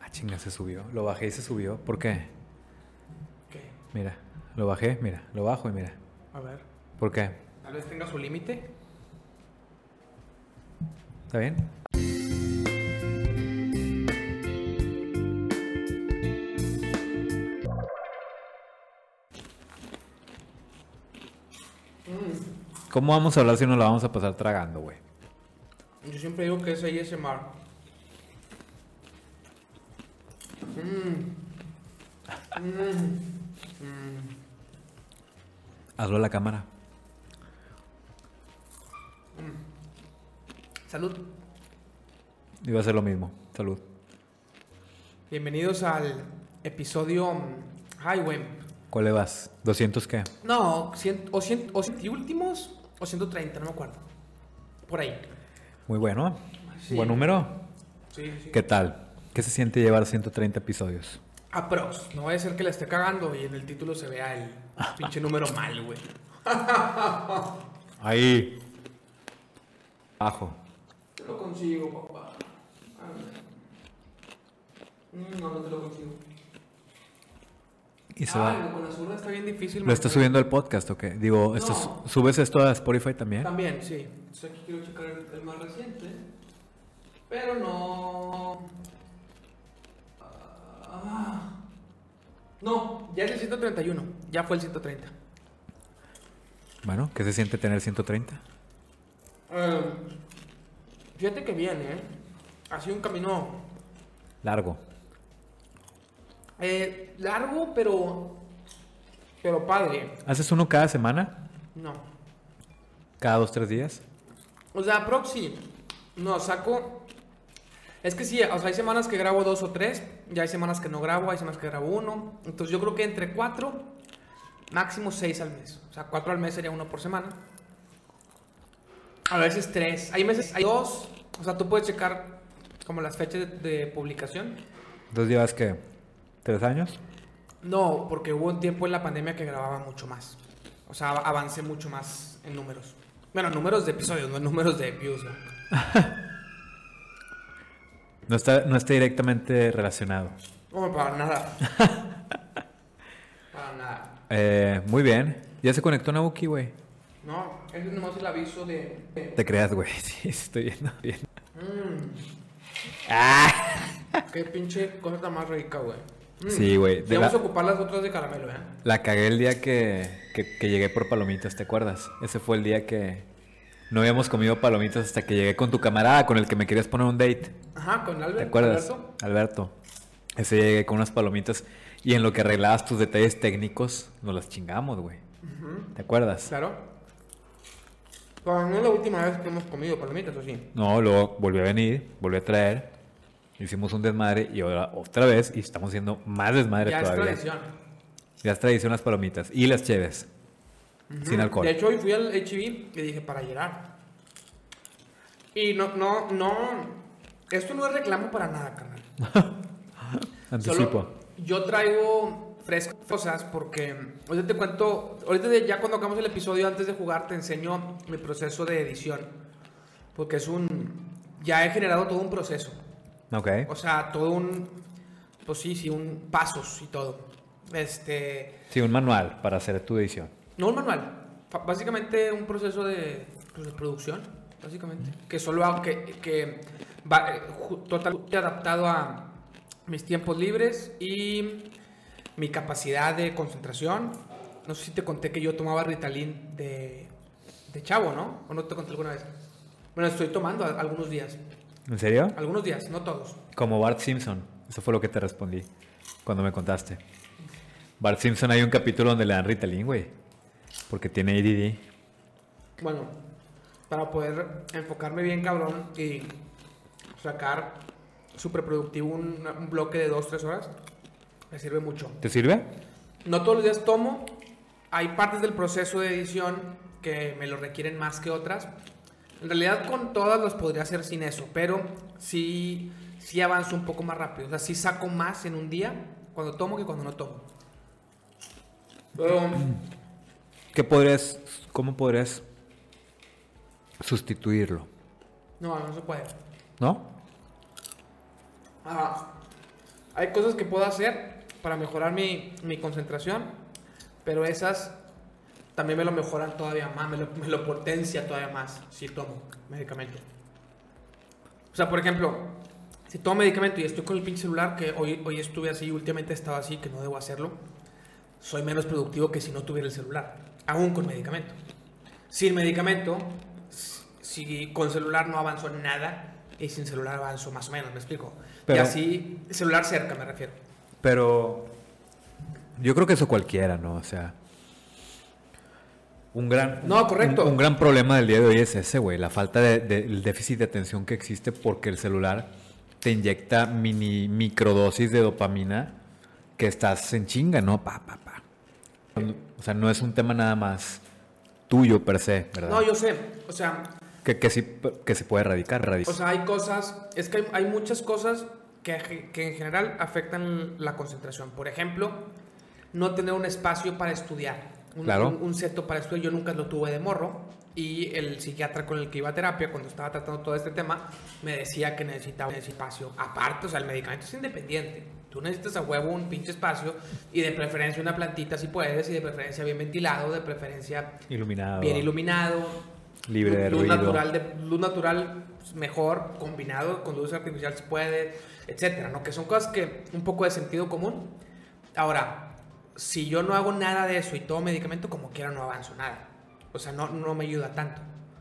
Ah, Chinga, se subió. Lo bajé y se subió. ¿Por qué? ¿Qué? Mira, lo bajé, mira, lo bajo y mira. A ver. ¿Por qué? Tal vez tenga su límite. ¿Está bien? ¿Cómo vamos a hablar si nos la vamos a pasar tragando, güey? Yo siempre digo que es ASMR. Mm. Mm. Mm. Hazlo a la cámara. Salud. Iba a hacer lo mismo. Salud. Bienvenidos al episodio mm, Highway. ¿Cuál le vas? ¿200 qué? No, cien- o, cien- o cien- últimos o 130, no me acuerdo. Por ahí. Muy bueno. Sí. Buen número. Sí, sí. ¿Qué tal? ¿Qué se siente llevar 130 episodios? Aprox. No vaya a ser que la esté cagando y en el título se vea el pinche número mal, güey. Ahí. Abajo. Te lo consigo, papá. A ver. Mm, No, no te lo consigo. Y se Ah, va. no, con la zurda está bien difícil. ¿Lo estás mantener. subiendo al podcast o qué? Digo, ¿estás- No. ¿subes esto a Spotify también? También, sí. Entonces aquí quiero checar el, el más reciente. Pero no. Ah. no, ya es el 131. Ya fue el 130. Bueno, ¿qué se siente tener 130? Eh, fíjate que bien, ¿eh? Ha sido un camino Largo. eh, largo, pero. Pero padre. ¿Haces uno cada semana? No. ¿Cada dos, tres días? O sea, proxy. No, saco. Es que sí, o sea, hay semanas que grabo dos o tres, ya hay semanas que no grabo, hay semanas que grabo uno. Entonces yo creo que entre cuatro, máximo seis al mes. O sea, cuatro al mes sería uno por semana. A veces tres, hay meses, hay dos. O sea, tú puedes checar como las fechas de, de publicación. ¿Dos llevas qué? ¿Tres años? No, porque hubo un tiempo en la pandemia que grababa mucho más. O sea, av- avancé mucho más en números. Bueno, números de episodios, no en números de views. ¿no? No está, no está directamente relacionado. No, para nada. para nada. Eh, muy bien. Ya se conectó Nabuki, güey. No, ese es nomás el aviso de. de- Te creas, güey. Sí, estoy viendo bien. Mm, Ah. qué pinche cosa tan más rica, güey. Mm. Sí, güey. Ya De vamos a La, ocupar las otras de caramelo, ¿eh? la cagué el día que, que- que llegué por palomitas, ¿te acuerdas? Ese fue el día que no habíamos comido palomitas hasta que llegué con tu camarada con el que me querías poner un date. Ajá, con Albert. ¿Te acuerdas? Alberto. Alberto. Ese día llegué con unas palomitas y en lo que arreglabas tus detalles técnicos, nos las chingamos, güey. Ujú, ¿Te acuerdas? Claro. Pero no es la última vez que hemos comido palomitas, ¿o sí? No, luego volvió a venir, volvió a traer. Hicimos un desmadre y ahora otra vez y estamos haciendo más desmadre ya todavía. es tradición. Ya es tradición las palomitas y las cheves. Sin alcohol. Mm. De hecho, hoy fui al HIV y dije para llegar. Y no, no, no. Esto no es reclamo para nada, carnal. Anticipo. Solo yo traigo frescas cosas porque ahorita te cuento, ahorita de- ya cuando hagamos el episodio antes de jugar te enseño mi proceso de edición. Porque es un... Ya he generado todo un proceso. Ok. O sea, todo un... Pues sí, sí, un pasos y todo. Este... Sí, un manual para hacer tu edición. No un manual. fa- Básicamente un proceso de, pues, de producción, básicamente. Que solo hago, que, que va eh, ju- totalmente adaptado a mis tiempos libres y mi capacidad de concentración. No sé si te conté que yo tomaba Ritalin de, de chavo, ¿no? ¿O no te conté alguna vez? Bueno, estoy tomando a- algunos días. ¿En serio? Algunos días, no todos. Como Bart Simpson. Eso fue lo que te respondí cuando me contaste. Bart Simpson hay un capítulo donde le dan Ritalin, güey. Porque tiene ADD. Bueno, para poder enfocarme bien, cabrón, y sacar súper productivo un, un bloque de 2-3 horas, me sirve mucho. ¿Te sirve? No todos los días tomo, hay partes del proceso de edición que me lo requieren más que otras. En realidad con todas las podría hacer sin eso, pero sí, sí avanzo un poco más rápido. O sea, sí saco más en un día cuando tomo que cuando no tomo. Pero, ¿Qué podrías, cómo podrías sustituirlo? no, no se puede. ¿No? Ah, Hay cosas que puedo hacer para mejorar mi, mi concentración, pero esas también me lo mejoran todavía más, me lo, me lo potencia todavía más si tomo medicamento. O sea, por ejemplo, si tomo medicamento y estoy con el pinche celular, que hoy, hoy estuve así, últimamente he estado así, que no debo hacerlo, soy menos productivo que si no tuviera el celular, aún con medicamento. Sin medicamento, s- si con celular no avanzo nada, y sin celular avanzo más o menos, me explico. y Pero- así, celular cerca me refiero. Pero yo creo que eso cualquiera, ¿no? O sea, un gran, No, correcto. un, un gran problema del día de hoy es ese, güey, la falta de, de- el déficit de atención que existe porque el celular te inyecta mini microdosis de dopamina que estás en chinga, ¿no? Pa, pa, pa. O sea, no es un tema nada más tuyo per se, ¿verdad? No, yo sé, o sea, que, que sí que se puede erradicar, erradicar. O sea, hay cosas, es que hay, hay muchas cosas que, que en general afectan la concentración. Por ejemplo, no tener un espacio para estudiar, un, Claro. un, un seto para estudiar. Yo nunca lo tuve de morro y el psiquiatra con el que iba a terapia cuando estaba tratando todo este tema me decía que necesitaba un espacio aparte, o sea, el medicamento es independiente. Tú necesitas a huevo un pinche espacio y de preferencia una plantita si puedes y de preferencia bien ventilado, de preferencia iluminado, bien iluminado, libre de luz ruido. natural de- luz natural pues, mejor combinado con luz artificial si puede etcétera no que son cosas que un poco de sentido común ahora si yo no hago nada de eso y tomo medicamento como quiera no avanzo nada o sea no no me ayuda tanto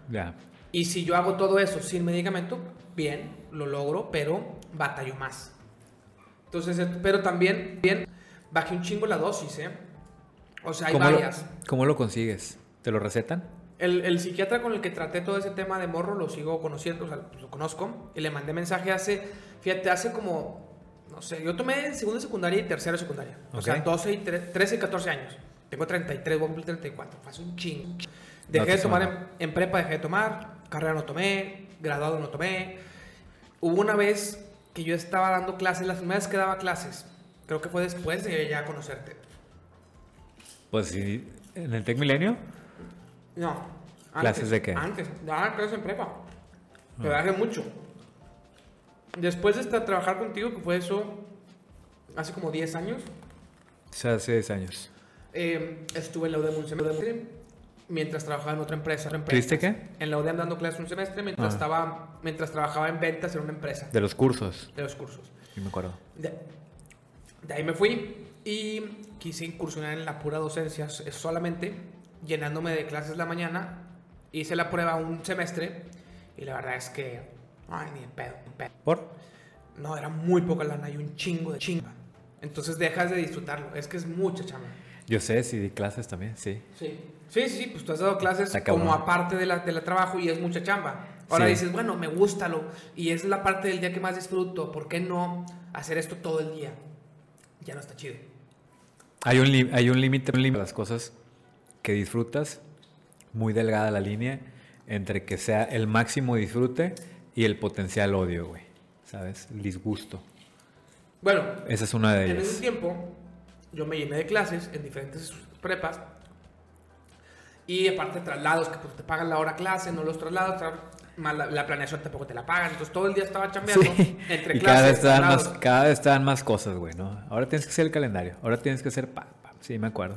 Ya. y si yo hago todo eso sin medicamento, bien, lo logro, pero batallo más. Entonces, eh, pero también, bien, bajé un chingo la dosis, ¿eh? O sea, hay ¿Cómo lo- varias. ¿Cómo lo consigues? ¿Te lo recetan? El, el psiquiatra con el que traté todo ese tema de morro lo sigo conociendo, o sea, pues, lo conozco. Y le mandé mensaje hace, fíjate, hace como, no sé, yo tomé en segunda secundaria y tercera secundaria. O sea, Ok. 12 y tre- 13 y 14 años. Tengo 33, voy a cumplir 34. Fue hace un chingo. No Dejé te de tomar en, suena. en prepa, dejé de tomar. Carrera no tomé, graduado no tomé. Hubo una vez que yo estaba dando clases, las primeras que daba clases. Creo que fue después de ya conocerte. Pues sí, en el Tec Milenio. No. ¿Clases de qué? Ah. Antes, daba clases en prepa. Pero hace mucho. Después de estar, trabajar contigo, que fue eso hace como 10 años, O sea, hace 10 años. eh, estuve en la UDEM un semestre mientras trabajaba en otra empresa. otra empresa. ¿Tuviste qué? En la UDEM dando clases un semestre Ah. mientras, estaba, mientras trabajaba en ventas en una empresa De los cursos. de los cursos. Sí, me acuerdo. De, de ahí me fui y quise incursionar en la pura docencia s- eh, solamente, llenándome de clases la mañana. Hice la prueba un semestre y la verdad es que, ay, ni en pedo, ni en pedo. ¿Por? No, era muy poca lana y un chingo de chinga. Entonces dejas de disfrutarlo. Es que es mucha chamba. Yo sé, sí, di clases también, sí. Sí. Sí, sí, pues tú has dado clases Está cabrón. como aparte de la, de la trabajo y es mucha chamba. Ahora Sí. dices, bueno, me gusta lo y es la parte del día que más disfruto. ¿Por qué no hacer esto todo el día? Ya no está chido. Hay un li- hay un límite un límite a las cosas que disfrutas, muy delgada la línea entre que sea el máximo disfrute y el potencial odio, güey. ¿Sabes? El disgusto. Bueno, Esa es una de en ese ellas. tiempo yo me llené de clases en diferentes prepas y aparte traslados, que pues, te pagan la hora clase, no los traslados, tra- más la, la planeación tampoco te la pagan. Entonces todo el día estaba chambeando Sí. entre y cada vez, clases. estaban traslados. más, cada vez estaban más cosas, güey, ¿no? Ahora tienes que hacer el calendario. Ahora tienes que hacer... Pa, pa. Sí, me acuerdo.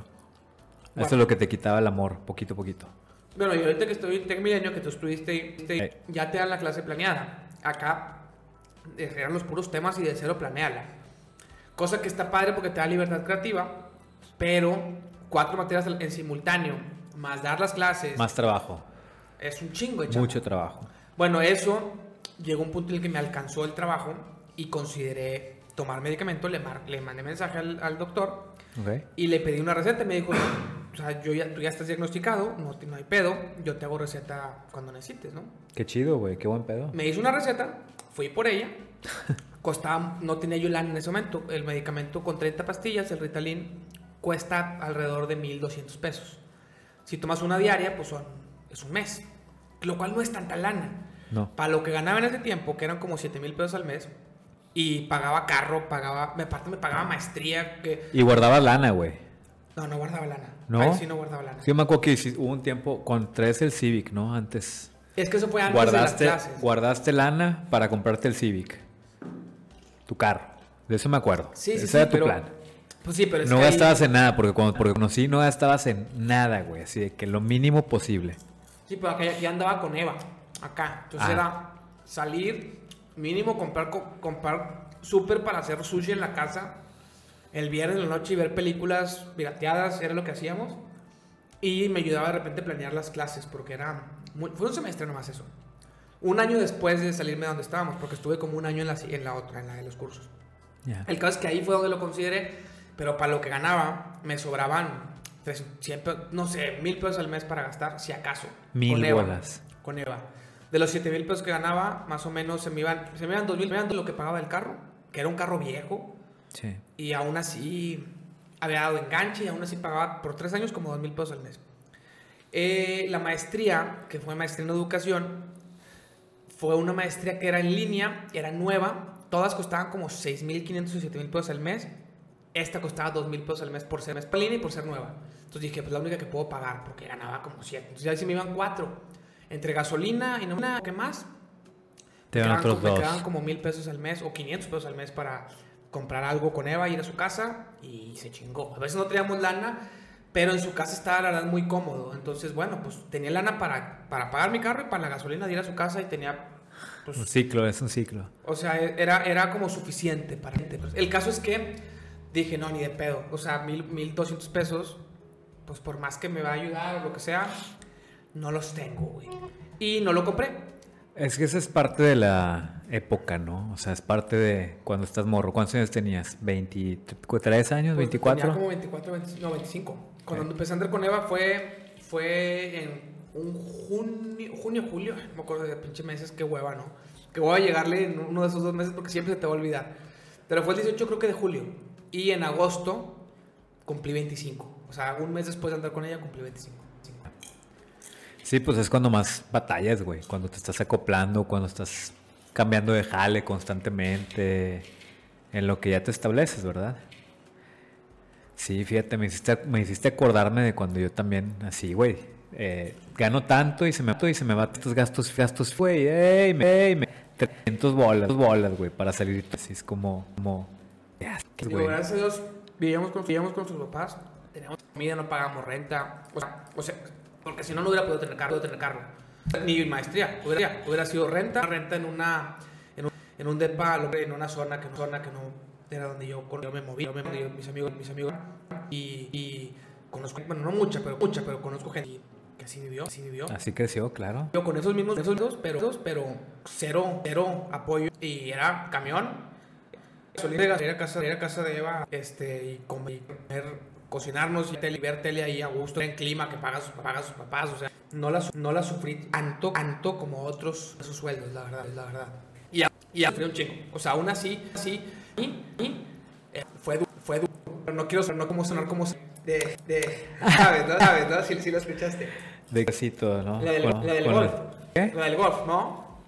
Bueno. Eso es lo que te quitaba el amor, poquito a poquito. Bueno, y ahorita que estoy en Tec Milenio, que tú estuviste, este, Eh. ya te dan la clase planeada. Acá eh, eran los puros temas y de cero planeala. Cosa que está padre porque te da libertad creativa, pero cuatro materias al- en simultáneo, más dar las clases, Más trabajo. es un chingo de chamba. Mucho trabajo. Bueno, eso llegó un punto en el que me alcanzó el trabajo y consideré tomar medicamento, le, mar- le mandé mensaje al- al doctor Ok. y le pedí una receta y me dijo, o sea, yo ya, tú ya estás diagnosticado, no, te- no hay pedo, yo te hago receta cuando necesites, ¿no? Qué chido, güey. Qué buen pedo. Me hizo una receta, fui por ella, costaba, no tenía yo lana en ese momento, el medicamento con 30 pastillas, el Ritalin, cuesta alrededor de 1.200 pesos. Si tomas una diaria, pues son, es un mes, lo cual no es tanta lana. No. Para lo que ganaba en ese tiempo, que eran como 7 mil pesos al mes, y pagaba carro, pagaba, aparte me pagaba maestría, que... Y guardaba lana, güey. No, no guardaba lana. ¿No? Ahí sí no guardaba lana. Sí, Yo me acuerdo que hici- hubo un tiempo con tres el Civic, ¿no? Antes. Es que eso fue antes de las Guardaste, clases. guardaste lana para comprarte el Civic. Tu carro. De eso me acuerdo. Sí, sí, Ese sí, era tu pero- plan. Pues sí, pero es No que ahí- gastabas en nada, porque cuando porque conocí no gastabas en nada, güey. Así de que lo mínimo posible. Sí, pero acá ya, ya andaba con Eva, acá. Entonces Ah. era salir, mínimo comprar, co- comprar súper para hacer sushi en la casa el viernes en la noche y ver películas pirateadas, era lo que hacíamos. Y me ayudaba de repente a planear las clases, porque era... muy- fue un semestre nomás eso. Un año después de salirme de donde estábamos, porque estuve como un año en la, si- en la otra, en la de los cursos. Ya. El caso es que ahí fue donde lo consideré, pero para lo que ganaba me sobraban, tres, cien pe- no sé, mil pesos al mes para gastar, si acaso. Mil con Eva, bolas. Con Eva. De los siete mil pesos que ganaba, más o menos se me iban, se me iban dos mil, me iban de lo que pagaba el carro, que era un carro viejo, Sí. y aún así había dado enganche y aún así pagaba por tres años como dos mil pesos al mes. Eh, la maestría, que fue maestría en educación, fue una maestría que era en línea, era nueva, todas costaban como 6.500 o 7.000 pesos al mes, esta costaba 2.000 pesos al mes por ser mes por línea y por ser nueva. Entonces dije, pues la única que puedo pagar, porque ganaba como 7. Entonces ya sí me iban 4, entre gasolina y no ¿qué más? Te dan quedaban otros como- me dos. quedaban como mil pesos al mes o 500 pesos al mes para comprar algo con Eva, ir a su casa y se chingó. A veces no teníamos lana, pero en su casa estaba la verdad muy cómodo. Entonces, bueno, pues tenía lana para, para pagar mi carro y para la gasolina de ir a su casa y tenía... Pues, Un ciclo, es un ciclo. o sea, e, era, era como suficiente para gente. Pues, El caso es que dije, no, ni de pedo. O sea, mil, mil doscientos pesos, pues por más que me va a ayudar o lo que sea, no los tengo, güey. Y no lo compré. Es que esa es parte de la época, ¿no? O sea, es parte de cuando estás morro. ¿Cuántos años tenías? ¿23 años? Pues, Tenía ¿24? como 24, 25, no, 25. Cuando empecé a andar con Eva fue, fue en un junio, junio, julio. No me acuerdo de pinche meses, qué hueva, ¿no? Que voy a llegarle en uno de esos dos meses porque siempre se te va a olvidar. Pero fue el 18 creo que de julio. Y en agosto cumplí 25. O sea, un mes después de andar con ella cumplí 25. Sí, pues es cuando más batallas, güey. Cuando te estás acoplando, cuando estás cambiando de jale constantemente. En lo que ya te estableces, ¿verdad? Sí, fíjate, me hiciste, me hiciste acordarme de cuando yo también, así, güey. eh, gano tanto y se me y se me va estos gastos, gastos, güey, ey, me, ey, me, 300 bolas, bolas, güey, para salir. Así es como, como, ya, Digo, güey. gracias a Dios vivíamos con, vivíamos con sus papás, teníamos comida, no pagamos renta. O sea, o sea, porque si no, no hubiera podido tener carro. Tener carro. Ni maestría, hubiera, hubiera sido renta, renta en una en un, en un depa, lo- en una zona que no, zona que no era donde yo, con- yo me movía, yo me- donde yo- mis amigos, mis amigos. Y, y conozco, bueno, no mucha, pero mucha, pero conozco gente que así vivió, así vivió. Así creció, claro. Yo con esos mismos, esos dos, pero, pero cero, cero apoyo. Y era camión. Solía ir a- ir a casa, ir a casa de Eva este, y comer, cocinarnos y, tele, y ver tele ahí a gusto. En clima que paga sus, paga sus papás. O sea, no la, su- no la sufrí tanto, tanto como otros esos sueldos, la verdad, es la verdad. Y, a- y a- sufrí un chingo. O sea, aún así, así, y, y, eh, fue duro, fue duro. Pero no quiero sonar no como sonar como... De, de, sabes, ¿no? Sabes, ¿no? Si, si lo escuchaste. De casi todo, ¿no? La del, Con- la del con- golf. Ah, ¿Qué? La del golf, ¿no?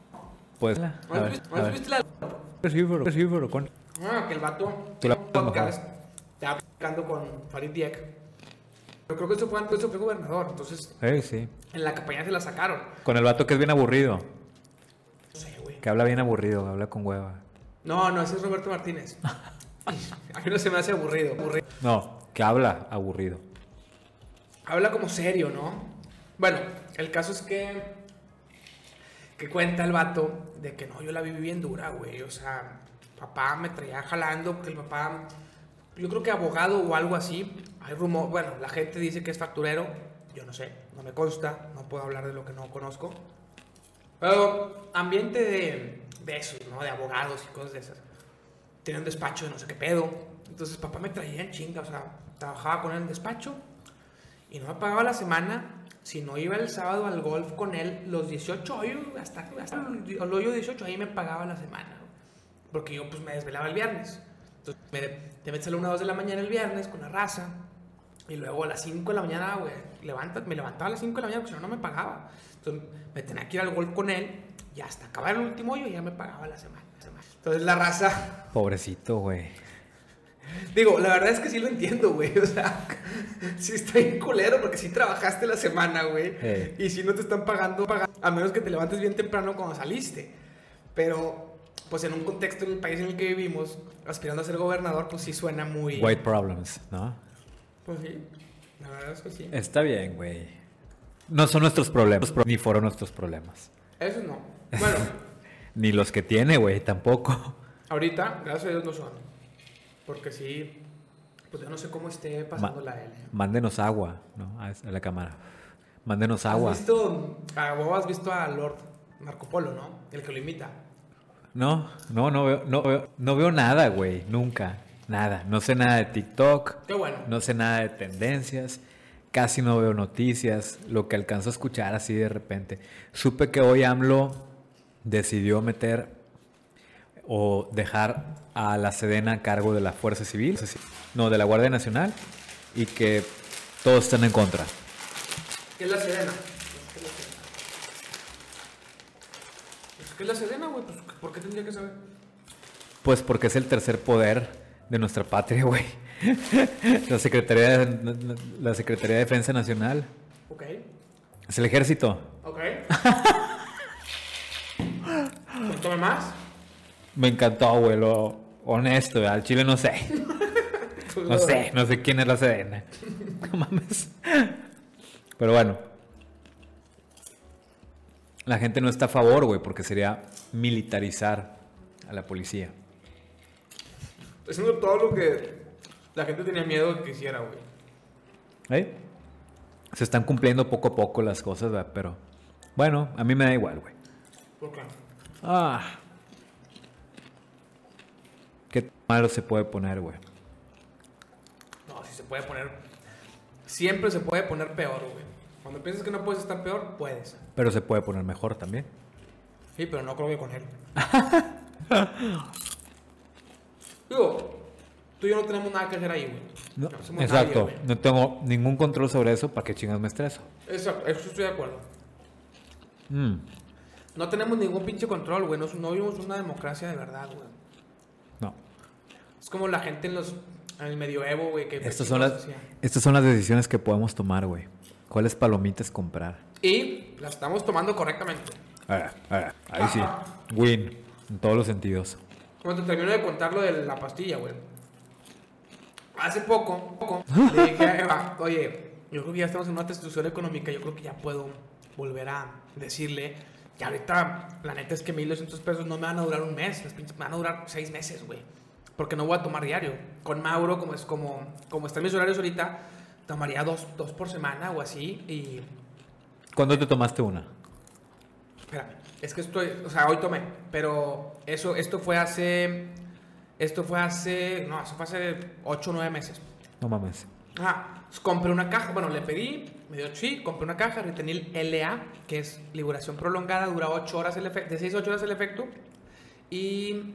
Pues, a ¿No has ver, visto- no a has ver. visto la Sí, bro, sí, bro, con- Ah, que el vato. Tú la- en un podcast, estaba platicando con Farid Dieck. Pero creo que eso fue antes, eso fue gobernador. Entonces, Eh, sí. en la campaña se la sacaron. Con el vato que es bien aburrido. No sé, güey. Que habla bien aburrido, habla con hueva. No, no, ese es Roberto Martínez. A mí no se me hace aburrido. aburrido. No, que habla aburrido. Habla como serio, ¿no? Bueno, el caso es que. Que cuenta el vato de que no, yo la viví bien dura, güey. O sea, papá me traía jalando porque el papá. Yo creo que abogado o algo así. Hay rumor. Bueno, la gente dice que es facturero. Yo no sé, no me consta. No puedo hablar de lo que no conozco. Pero ambiente de, de esos, ¿no? De abogados y cosas de esas. Tenía un despacho de no sé qué pedo. Entonces papá me traía en chinga. O sea, trabajaba con él en despacho y no me pagaba la semana si no iba el sábado al golf con él los 18 hoyos, hasta, hasta el el hoyo 18, ahí me pagaba la semana. güey. Porque yo pues me desvelaba el viernes. Entonces me, te metes a la 1 2 de la mañana el viernes con la raza. Y luego a las 5 de la mañana, güey, levanta, me levantaba a las 5 de la mañana porque si no, no me pagaba. Entonces me tenía que ir al golf con él y hasta acabar el último hoyo ya me pagaba la semana. la semana. Entonces la raza Pobrecito, güey. Digo, la verdad es que sí lo entiendo, güey. O sea, sí está bien culero porque sí trabajaste la semana, güey. Hey. Y si no te están pagando, paga- a menos que te levantes bien temprano cuando saliste. Pero pues en un contexto en el país en el que vivimos, aspirando a ser gobernador, pues sí suena muy... White problems, ¿no? Pues sí, la verdad es que sí. Está bien, güey. No son nuestros problemas, ni fueron nuestros problemas. Eso no. Bueno, Ni los que tiene, güey, tampoco. ahorita, gracias a Dios no son. Porque sí, pues yo no sé cómo esté pasando la L. Mándenos agua, ¿no? A a la cámara. Mándenos ¿Has agua. visto, ah, vos has visto a Lord Marco Polo, ¿no? El que lo imita. No, no, no veo, no veo, no veo nada, güey, nunca. Nada. No sé nada de TikTok. Qué bueno. No sé nada de tendencias, casi no veo noticias, lo que alcanzo a escuchar así de repente. Supe que hoy AMLO decidió meter o dejar a la Sedena a cargo de la Fuerza Civil, no, de la Guardia Nacional, y que todos están en contra. ¿Qué es la Sedena? Pues, ¿Qué es la Sedena, güey? Pues, ¿Por qué tendría que saber? Pues porque es el tercer poder de nuestra patria, güey. La Secretaría, de- la Secretaría de Defensa Nacional. Ok, Es el ejército. ok. Pues, ¿Toma más? Me encantó, abuelo. Honesto, al chile no sé. Pues, No sé, no sé quién es la Sedena. No mames. Pero bueno. La gente no está a favor, güey, porque sería militarizar a la policía. Haciendo todo lo que la gente tenía miedo que hiciera, güey. ¿Eh? Se están cumpliendo poco a poco las cosas, ¿verdad? pero bueno, a mí me da igual, güey. ¿Por qué? Ah. Qué malo se puede poner, güey. No, si se puede poner. Siempre se puede poner peor, güey. Cuando piensas que no puedes estar peor, puedes. Pero se puede poner mejor también. Sí, pero no creo que con él. Digo, tú y yo no tenemos nada que hacer ahí, güey. No, somos exacto, nadie, güey. no tengo ningún control sobre eso, ¿para qué chingas me estreso? exacto, eso estoy de acuerdo. Mm, No tenemos ningún pinche control, güey. No, no vivimos una democracia de verdad, güey. no. Es como la gente en los. En el medioevo, güey. Que Estas son, las, hacía. estas son las decisiones que podemos tomar, güey. ¿Cuáles palomitas comprar? Y la estamos tomando correctamente. Ah, ah, ahí sí. Win. En todos los sentidos. Cuando te termino de contar lo de la pastilla, güey. Hace poco, poco, le dije a Eva, oye, yo creo que ya estamos en una situación económica, yo creo que ya puedo volver a decirle que ahorita, la neta es que 1200 pesos no me van a durar un mes, las pinches- me van a durar seis meses, güey. Porque no voy a tomar diario. Con Mauro, como, es, como, como están mis horarios ahorita, tomaría dos, dos por semana o así y... ¿Cuándo te tomaste una? Espérame, es que estoy, o sea, hoy tomé, pero eso, esto fue hace, esto fue hace, no, eso fue hace 8 o 9 meses. No mames. Ajá, pues compré una caja, bueno, le pedí, me dio sí, compré una caja, retenil LA, que es liberación prolongada, dura 8 horas el efecto, de 6 a 8 horas el efecto, y,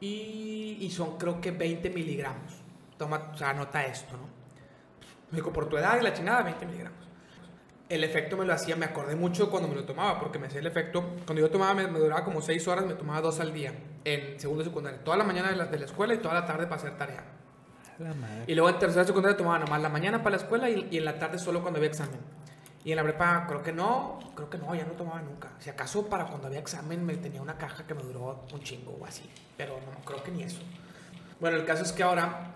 y, y son creo que 20 miligramos. Toma, o sea, anota esto, ¿no? Me dijo, por tu edad y la chingada, 20 miligramos. El efecto me lo hacía, me acordé mucho cuando me lo tomaba, porque me hacía el efecto. Cuando yo tomaba, me, me duraba como 6 horas, me tomaba 2 al día, en segundo y secundario. Toda la mañana de la, de la escuela y toda la tarde para hacer tarea. Y luego en tercera y secundaria tomaba nomás la mañana para la escuela y, y en la tarde solo cuando había examen. Y en la prepa creo que no, creo que no, ya no tomaba nunca. Si acaso para cuando había examen me tenía una caja que me duró un chingo o así. Pero no, creo que ni eso. Bueno, el caso es que ahora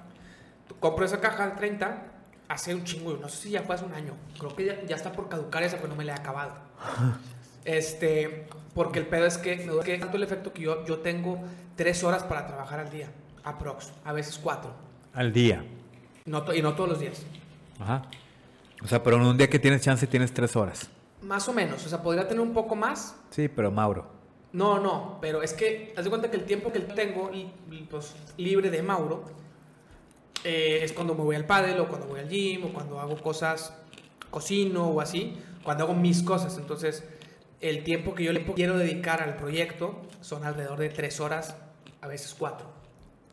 compro esa caja al 30 hace un chingo, no sé si ya fue hace un año. Creo que ya, ya está por caducar esa, pero no me la he acabado. Este, porque el pedo es que me duele tanto el efecto que yo, yo tengo tres horas para trabajar al día, aprox, a veces cuatro. Al día. No to- y no todos los días. Ajá. O sea, pero en un día que tienes chance tienes tres horas. Más o menos, o sea, podría tener un poco más. Sí, pero Mauro. No, no, pero es que, haz de cuenta que el tiempo que tengo li- li- pues, libre de Mauro eh, es cuando me voy al pádel o cuando voy al gym o cuando hago cosas, cocino o así, cuando hago mis cosas. Entonces, el tiempo que yo le quiero dedicar al proyecto son alrededor de tres horas, a veces cuatro,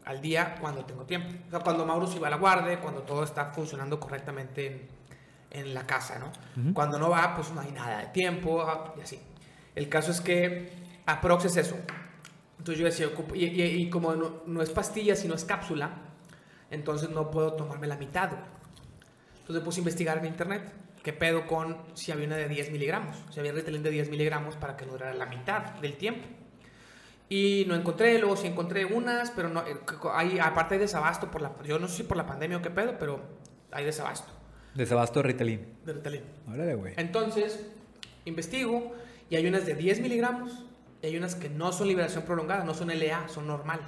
al día cuando tengo tiempo. O sea, cuando Mauro se va a la guardia, cuando todo está funcionando correctamente en, en la casa, ¿no? Cuando no va, pues no hay nada de tiempo ah, y así. El caso es que aprox es eso. Entonces yo decía, ocupo- y, y- y como no, no es pastilla, sino es cápsula, entonces no puedo tomarme la mitad. güey. Entonces puse a investigar en internet qué pedo con si había una de 10 miligramos, si había Ritalin de 10 miligramos para que durara la mitad del tiempo. Y no encontré, luego sí encontré unas, pero no, eh, hay, aparte hay desabasto por la, yo no sé si por la pandemia o qué pedo, pero hay desabasto Desabasto de Ritalin. de Ritalin. Órale, güey. Entonces, investigo y hay unas de 10 miligramos y hay unas que no son liberación prolongada, no son LA, son normal.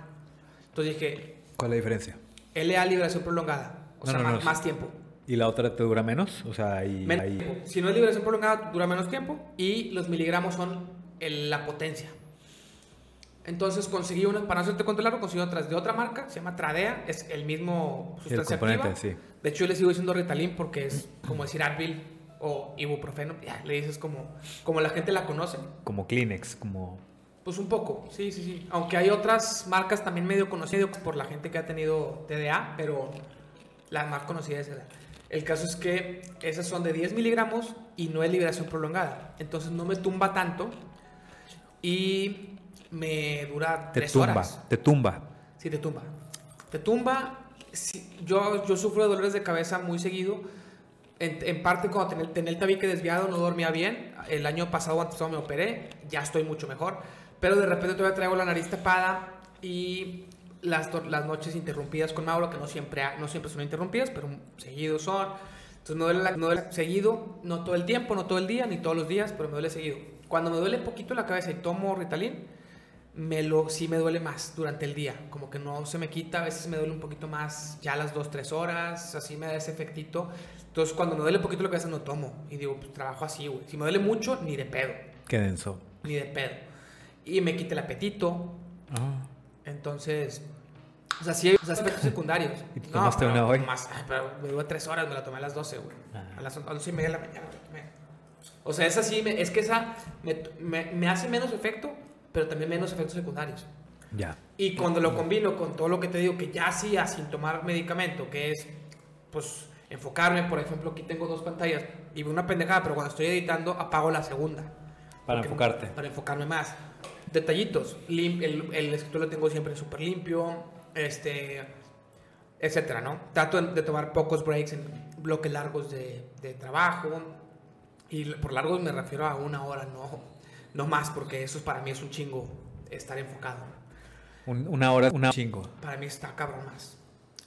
Entonces dije, ¿Cuál es la diferencia? LA liberación prolongada, o No, sea, no, ma- no, más, sí. tiempo. ¿Y la otra te dura menos? O sea, ahí... Menos ahí- tiempo. Si no es liberación prolongada, dura menos tiempo y los miligramos son el- la potencia. Entonces conseguí una, para no hacerte cuento largo, conseguí otras de otra marca, se llama Tradea, es el mismo sustancia componente, activa. sí. De hecho, yo le sigo diciendo Ritalin porque es como decir Advil o ibuprofeno, ya, le dices como, como la gente la conoce. Como Kleenex, como... Pues un poco, sí, sí, sí. Aunque hay otras marcas también medio conocidas pues, por la gente que ha tenido TDA, pero la más conocida es esa. El caso es que esas son de 10 miligramos y no es liberación prolongada. Entonces no me tumba tanto y me dura Te 3 tumba, horas. te tumba. Sí, te tumba. Te tumba. sí, yo, yo sufro de dolores de cabeza muy seguido. En, en parte cuando tenía, el- tenía el tabique desviado, no dormía bien. El año pasado, antes me operé, ya estoy mucho mejor. Pero de repente todavía traigo la nariz tapada y las, tor- las noches interrumpidas con Mauro, que no siempre, ha- no siempre son interrumpidas, pero seguido son. Entonces me duele, la- me duele seguido, no todo el tiempo, no todo el día, ni todos los días, pero me duele seguido. Cuando me duele poquito la cabeza y tomo Ritalin, me lo, sí me duele más durante el día, como que no se me quita, a veces me duele un poquito más ya a las 2, 3 horas, así me da ese efectito. Entonces cuando me duele poquito la cabeza no tomo y digo, pues trabajo así, güey. Si me duele mucho, ni de pedo, Qué denso. ni de pedo. Y me quita el apetito, Ah. entonces, o sea, sí hay o sea, efectos secundarios. ¿Y te tomaste pero, una hoy? más- ay, pero me duró 3 horas, me la tomé a las 12, güey. Ah. A las 11 y media de la mañana, güey. Me- O sea, esa sí, me- es que esa me- me- me hace menos efecto, pero también menos efectos secundarios. Ya. Y cuando lo combino con todo lo que te digo que ya hacía sin tomar medicamento, que es, pues, enfocarme, por ejemplo, aquí tengo dos pantallas y veo una pendejada, pero cuando estoy editando apago la segunda. Para Porque- enfocarte. Para enfocarme más. Detallitos. lim- el, el escritorio lo tengo siempre súper limpio, este, etcétera, ¿no? Trato de tomar pocos breaks en bloques largos de, de trabajo. Y por largos me refiero a una hora, no, no más, porque eso es- para mí es un chingo estar enfocado. Un- una hora, una chingo. Para mí está cabrón más.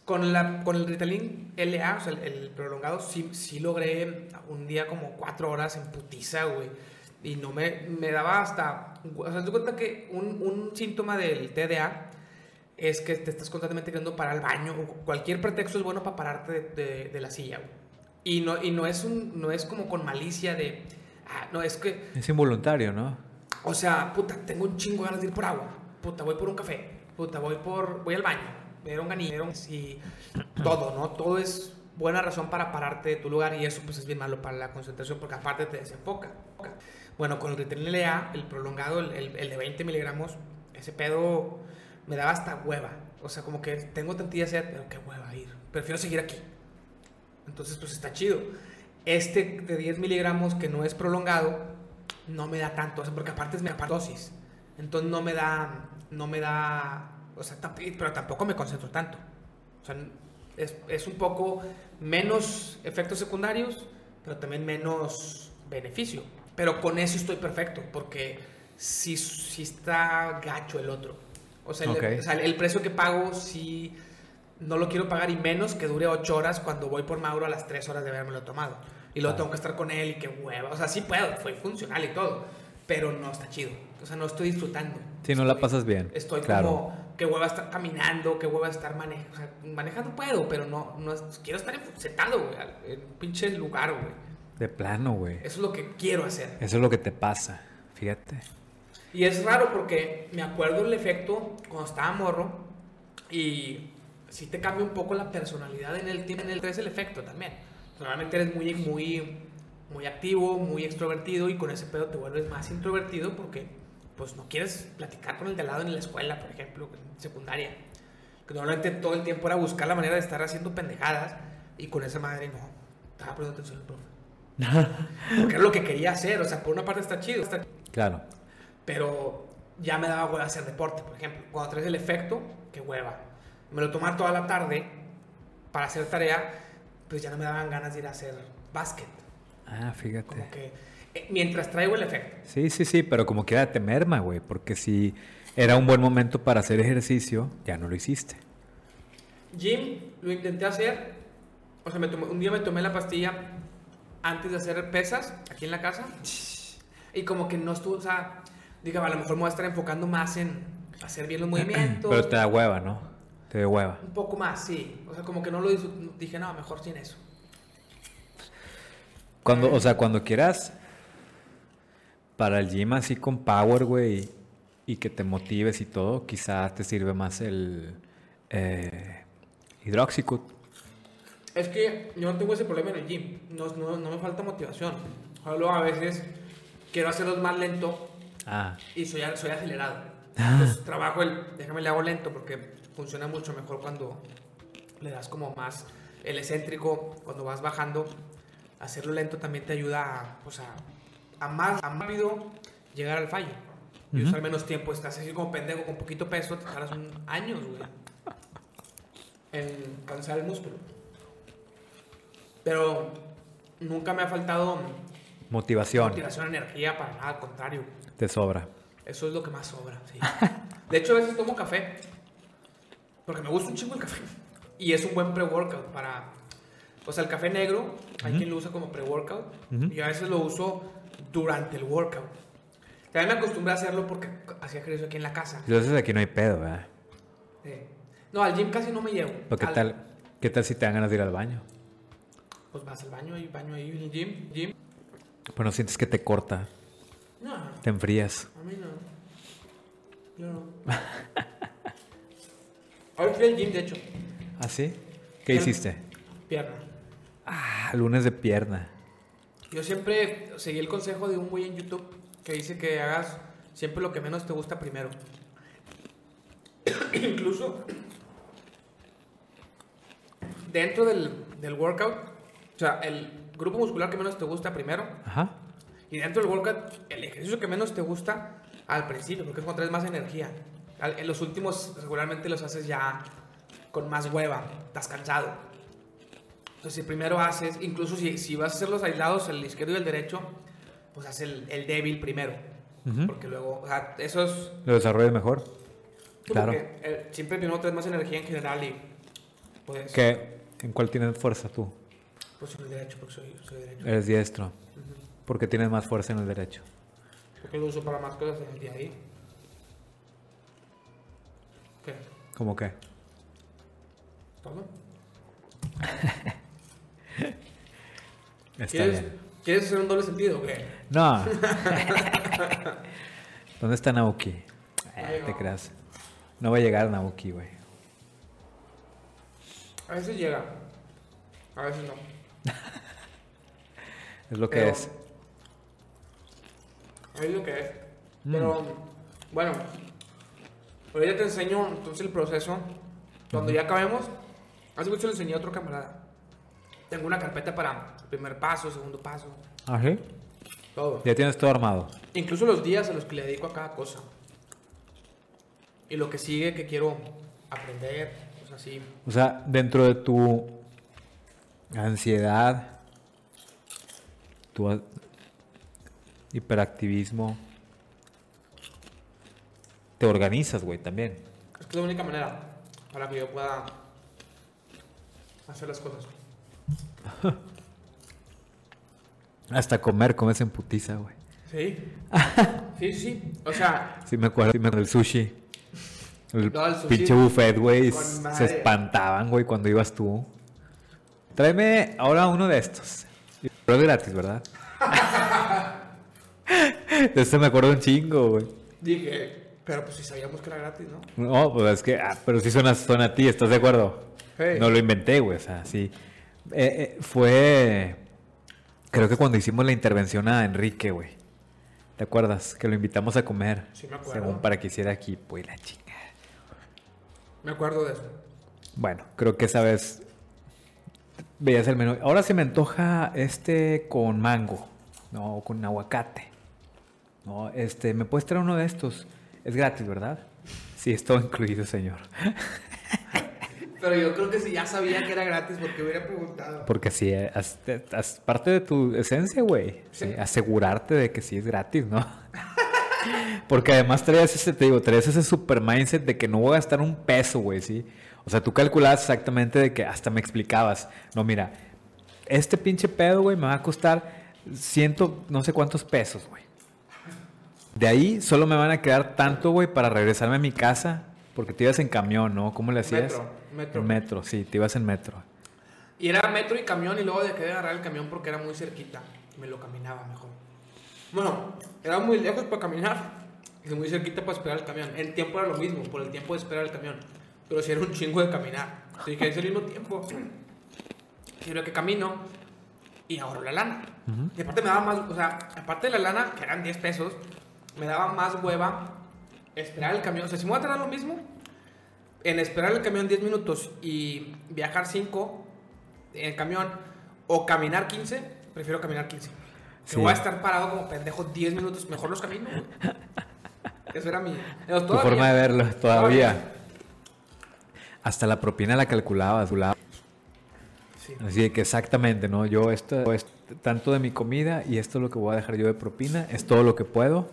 Con, la, con el Ritalin LA, o sea, el, el prolongado, sí, sí logré un día como cuatro horas en putiza, güey. Y no me, me daba hasta... O sea, te cuenta que un, un síntoma del TDA es que te estás constantemente queriendo parar al baño. o Cualquier pretexto es bueno para pararte de, de- de la silla, güey. Y no, y no es, un, no es como con malicia de... "Ah, no, es que... Es involuntario, ¿no? O sea, puta, tengo un chingo de ganas de ir por agua. Puta, voy por un café. Puta, voy por voy al baño. Me dieron ganillas. me dieron- y todo, ¿no? Todo es buena razón para pararte de tu lugar y eso pues es bien malo para la concentración porque aparte te desenfoca. Bueno, con el Ritalin LA, el prolongado, el, el- el de 20 miligramos, ese pedo me daba hasta hueva. O sea, como que tengo tantilla sed, pero qué hueva ir. Prefiero seguir aquí. Entonces, pues está chido. Este de 10 miligramos que no es prolongado, no me da tanto, o sea, porque aparte es megapardosis. Entonces no me da, no me da, o sea, tamp- pero tampoco me concentro tanto. O sea, es, es un poco menos efectos secundarios, pero también menos beneficio. Pero con eso estoy perfecto, porque si está gacho el otro. O sea, el- Ok. o sea, el precio que pago sí no lo quiero pagar y menos que dure 8 horas cuando voy por Mauro a las 3 horas de habérmelo tomado. Y luego Ah. tengo que estar con él y qué hueva. O sea, sí puedo, fue funcional y todo. Pero no está chido. O sea, no estoy disfrutando. Si no la Estoy- pasas bien. Estoy claro. como, qué hueva estar caminando, qué hueva estar manejando. O sea, manejando puedo, pero no, no es- quiero estar enfo- sentado, güey, al- en un pinche lugar, güey. De plano, güey. Eso es lo que quiero hacer. Eso es lo que te pasa. Fíjate. Y es raro porque me acuerdo el efecto cuando estaba morro y sí te cambia un poco la personalidad en el tiempo, en el 3 el efecto también. Normalmente eres muy, muy, muy activo, muy extrovertido y con ese pedo te vuelves más introvertido porque pues no quieres platicar con el de al lado en la escuela, por ejemplo, en secundaria. Que normalmente todo el tiempo era buscar la manera de estar haciendo pendejadas y con esa madre no. Estaba poniendo atención al profe. Porque era lo que quería hacer, o sea, por una parte está chido, está Claro. pero ya me daba hueva hacer deporte, por ejemplo. Cuando traes el efecto, qué hueva. Me lo tomaba toda la tarde para hacer tarea, pues ya no me daban ganas de ir a hacer básquet. Ah, fíjate. Como que eh, mientras traigo el efecto. Sí, sí, sí, pero como quiera te merma, güey, porque si era un buen momento para hacer ejercicio, ya no lo hiciste. Jim, lo intenté hacer. O sea, me tomé- un día me tomé la pastilla antes de hacer pesas aquí en la casa. Y como que no estuvo, o sea, diga, a lo mejor me voy a estar enfocando más en hacer bien los movimientos. Pero te da hueva, ¿no? Te da hueva. Un poco más, sí. O sea, como que no lo disfrut- dije, no, mejor sin eso. Cuando, o sea, cuando quieras para el gym así con power, güey, y que te motives y todo, quizás te sirve más el eh, hidroxicud. Es que yo no tengo ese problema en el gym. No, no, no me falta motivación. Solo a veces quiero hacerlos más lento Ah, y soy, soy acelerado. Entonces trabajo el, déjame le hago lento porque funciona mucho mejor cuando le das como más el excéntrico, cuando vas bajando. Hacerlo lento también te ayuda a, pues a, a más a más rápido llegar al fallo. Y usar menos tiempo, estás así como pendejo con poquito peso, te tardas un años, güey. En cansar el músculo. Pero nunca me ha faltado motivación, motivación, energía, para nada, al contrario. te sobra. Eso es lo que más sobra, sí. De hecho, a veces tomo café. Porque me gusta un chingo el café. Y es un buen pre-workout para... O sea, el café negro, hay quien lo usa como pre-workout. Yo a veces lo uso durante el workout. También me acostumbré a hacerlo porque hacía ejercicio aquí en la casa. Entonces aquí no hay pedo, ¿verdad? Sí. No, al gym casi no me llevo. ¿O qué Al- tal, qué tal si te dan ganas de ir al baño? Pues vas al baño, hay baño ahí en el gym. gym. Pues no sientes que te corta, No, a te enfrías. mí no. Yo no. Hoy fui al gym, de hecho. ¿Ah, sí? ¿Qué Al- hiciste? Pierna. Ah, lunes de pierna. Yo siempre seguí el consejo de un güey en YouTube que dice que hagas siempre lo que menos te gusta primero. Incluso dentro del, del workout, o sea, el grupo muscular que menos te gusta primero Ajá. y dentro del workout, el ejercicio que menos te gusta al principio, porque es cuando traes más energía. Al- En los últimos regularmente los haces ya con más hueva, estás cansado. Entonces, si primero haces, incluso si, si vas a hacer los aislados, el izquierdo y el derecho, pues haz el, el débil primero. Porque luego, o sea, eso es. ¿Lo desarrollas mejor? sí, Claro. porque, eh, siempre primero traes más energía en general y. Pues, ¿Qué? ¿En cuál tienes fuerza tú? pues en el derecho, porque soy, soy derecho. Eres diestro. Porque tienes más fuerza en el derecho. Porque lo uso para más cosas en el día a día. ¿Qué? ¿Cómo qué? ¿Todo? Está ¿Quieres, bien. ¿Quieres hacer un doble sentido o qué? No. ¿Dónde está Naoki? Eh, Ahí te va. creas. No va a llegar Naoki, güey. A veces llega, a veces no. Es lo que Pero- es. Es lo que es. Mm. Pero, bueno, pero ya te enseño entonces el proceso. Cuando ya acabemos, hace mucho le enseñé a otro camarada. Tengo una carpeta para primer paso, segundo paso, ¿Ah, sí? todo. Ya tienes todo armado. Incluso los días a los que le dedico a cada cosa. Y lo que sigue que quiero aprender, pues así. O sea, dentro de tu ansiedad, tu a- hiperactivismo, te organizas, güey, también. Es que es la única manera para que yo pueda hacer las cosas. Hasta comer, comes en putiza, güey. Sí. sí, sí. O sea, Sí me acuerdo, sí me acuerdo del sushi. El No, el sushi pinche buffet, güey. con Se madre. espantaban, güey, cuando ibas tú. Tráeme ahora uno de estos. Pero es gratis, ¿verdad? de este me acuerdo un chingo, güey. dije, pero pues si sabíamos que era gratis, ¿no? No, pues es que, ah, pero sí suena, suena a ti, ¿estás de acuerdo? Hey. No lo inventé, güey, o sea, sí. Eh, eh, fue, creo que cuando hicimos la intervención a Enrique, güey. ¿Te acuerdas? Que lo invitamos a comer. Sí, me acuerdo. Según para que hiciera aquí, pues la chinga. Me acuerdo de eso. Bueno, creo que esa vez veías el menú. Ahora se me antoja este con mango, no, o con aguacate. No, este, ¿me puedes traer uno de estos? Es gratis, ¿verdad? Sí, es todo incluido, señor. Pero yo creo que si ya sabía que era gratis, porque hubiera preguntado. Porque sí, eh, haz- te- haz parte de tu esencia, güey. Sí, Sí. asegurarte de que sí es gratis, ¿no? Porque además traías ese, te digo, traías ese super mindset de que no voy a gastar un peso, güey, ¿sí? O sea, tú calculabas exactamente de que hasta me explicabas. No, mira, este pinche pedo, güey, me va a costar ciento, no sé cuántos pesos, güey. De ahí solo me van a quedar tanto, güey, para regresarme a mi casa. Porque te ibas en camión, ¿no? ¿Cómo le hacías? Metro, metro. En metro, sí, te ibas en metro. Y era metro y camión, y luego dejé de agarrar el camión porque era muy cerquita. Me lo caminaba mejor. Bueno, era muy lejos para caminar y muy cerquita para esperar el camión. El tiempo era lo mismo, por el tiempo de esperar el camión. Pero si era un chingo de caminar. Así que es el mismo tiempo. Quiero que camino y ahorro la lana. Y aparte me daba más, o sea, aparte de la lana, que eran 10 pesos, me daba más hueva esperar el camión. O sea, si me voy a tardar lo mismo, en esperar el camión 10 minutos y viajar 5 en el camión o caminar 15, prefiero caminar 15. Sí. Que voy a estar parado como pendejo 10 minutos, mejor los camino. güey. Eso era mi. pero Tu todavía- forma de verlo, todavía. Hasta la propina la calculabas, calculabas. Sí. Así de que exactamente, ¿no? Yo esto es tanto de mi comida y esto es lo que voy a dejar yo de propina, es todo lo que puedo,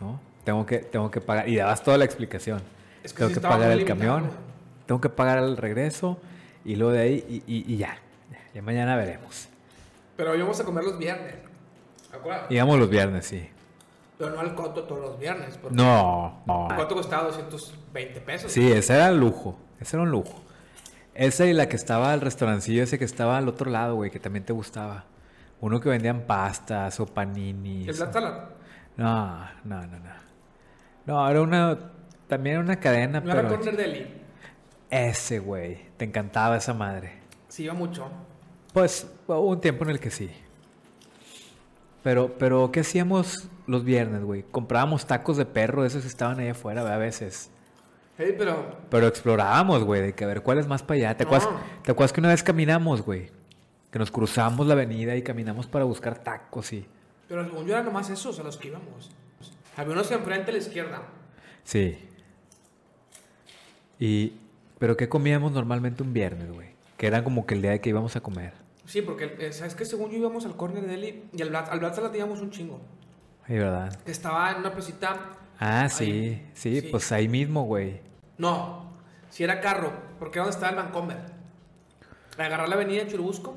¿no? Tengo que, tengo que pagar. Y dabas toda la explicación. Es que tengo sí que estaba pagar muy el limitado, ¿eh? camión, güey. tengo que pagar el regreso y luego de ahí y, y- y ya. Ya mañana veremos. Pero íbamos a comer los viernes. ¿te acuerdas? Íbamos los viernes, sí. Pero no al coto todos los viernes. Porque No, no. El coto costaba 220 pesos. Ah. Sí, ese era lujo. Ese era un lujo. Esa y la que estaba al restaurancillo, ese que estaba al otro lado, güey, que también te gustaba. Uno que vendían pastas o paninis. El Black Salad. No, no, no, no. No, era una. También era una cadena, No era Ah, pero. Corner Deli. Ese, güey. Te encantaba esa madre. Sí, iba mucho. Pues hubo un tiempo en el que sí. Pero, pero, ¿qué hacíamos los viernes, güey? Comprábamos tacos de perro, esos que estaban ahí afuera, güey, a veces. Hey, pero Pero explorábamos, güey, de que a ver cuál es más para allá. ¿Te acuerdas, No. ¿Te acuerdas que una vez caminamos, güey? Que nos cruzamos la avenida y caminamos para buscar tacos y... Pero según yo eran nomás esos a los que íbamos. Había unos enfrente a la izquierda. Sí. Y... Pero ¿qué comíamos normalmente un viernes, güey? Que era como que el día de que íbamos a comer. Sí, porque eh, sabes que según yo íbamos al Corner Deli y al Black, al Black Salad íbamos un chingo. Ay, ¿verdad? Que estaba en una placita. Ah, sí, Ahí. sí, Sí. pues ahí mismo, güey. No, si era carro, porque era donde estaba el Vancomer. Agarrar la avenida Churubusco.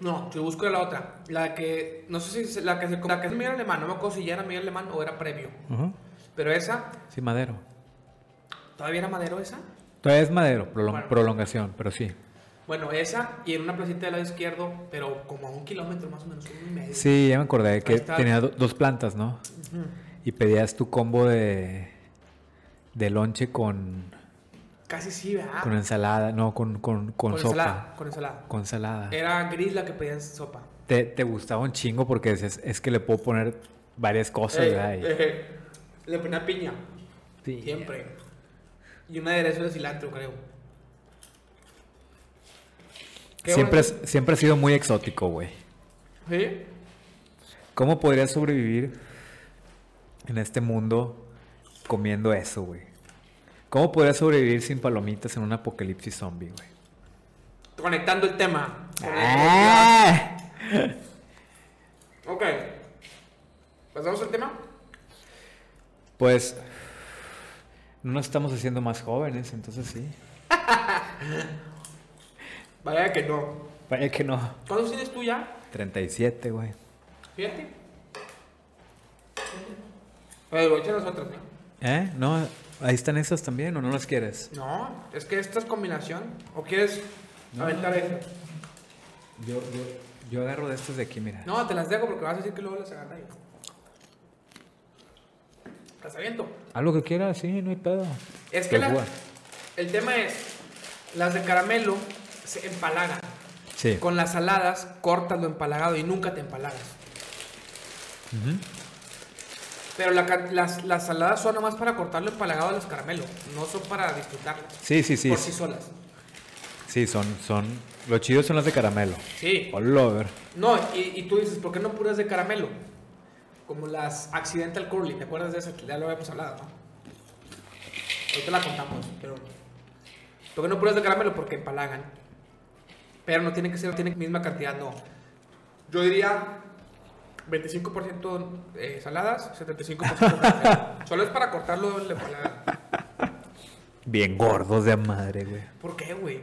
No, Churubusco era la otra. La que, no sé si es la que se la que es Miguel Alemán, no me acuerdo si ya era Miguel Alemán o era previo. Pero esa, Sí, Madero. ¿todavía era madero esa? Todavía es Madero, prolon- Bueno. prolongación, pero sí. Bueno, esa y en una placita del lado izquierdo, pero como a un kilómetro más o menos, uno y medio. Sí, ya me acordé que Ahí está. tenía do- dos plantas, ¿no? Ujú. Y pedías tu combo de, de lonche con, Casi sí, ¿verdad? con ensalada, no, con, con, con, sopa. ensalada. Ah. Con ensalada. Con ensalada. Era gris la que pedían sopa. Te, te gustaba un chingo porque decías, es que le puedo poner varias cosas, Ey, ¿verdad? Y- eh, le ponía piña. Sí. Siempre. Y un aderezo de cilantro, creo. Qué Siempre, bueno. has- siempre ha sido muy exótico, güey. ¿Sí? ¿Cómo podrías sobrevivir en este mundo comiendo eso, güey? ¿Cómo podrías sobrevivir sin palomitas en un apocalipsis zombie, güey? Conectando el tema. Con el- ¡Ah! Ok. ¿Pasamos al tema? Pues no nos estamos haciendo más jóvenes, entonces sí. Vaya que no. Vaya que no. ¿Cuántos tienes tú ya? 37, güey. Fíjate. Pero echa las otras, ¿eh? ¿Eh? No, ahí están esas también, ¿o no las quieres? No, es que esta es combinación. ¿O quieres aventar esto? Yo, yo, yo agarro de estas de aquí, mira. No, te las dejo porque vas a decir que luego las agarra yo. Las aviento. Haz lo que quieras, sí, no hay pedo. Es que Pues, la- güey. el tema es, las de caramelo se empalagan. Sí. Con las saladas cortas lo empalagado y nunca te empalagas. Ujú. Pero la ca- las, las saladas son nomás para cortar lo empalagado de los caramelos, no son para disfrutarlas Sí, sí, sí. por sí Sí, solas. son, son. Los chidos son las de caramelo. Oh, Sí. All over. No, y, y tú dices, ¿por qué no puras de caramelo? Como las Accidental Curly, ¿te acuerdas de esa? Ya lo habíamos hablado, ¿no? Ahorita la contamos, pero... Porque no puedes de caramelo porque empalagan. Pero no tiene que ser, tiene misma cantidad, no. Yo diría 25% eh, saladas, 75% caramelo. Solo es para cortarlo el empalagado. Bien gordos de madre, güey. ¿Por qué, güey?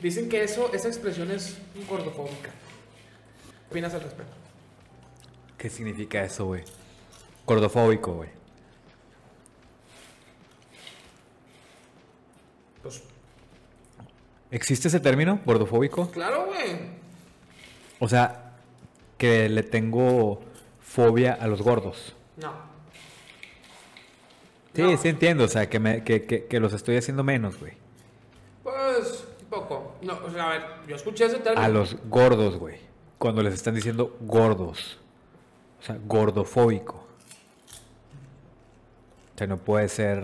Dicen que eso, esa expresión es gordofóbica. ¿Qué opinas al respecto? ¿Qué significa eso, güey? Gordofóbico, güey. Pues, ¿Existe ese término, gordofóbico? claro, güey. O sea, que le tengo fobia a los gordos. No. Sí, No. sí entiendo, o sea, que, me- que, que- que los estoy haciendo menos, güey. Pues, un poco. No, o sea, a ver, yo escuché ese término. A los gordos, güey. Cuando les están diciendo gordos. O sea, gordofóbico. O sea, no puede ser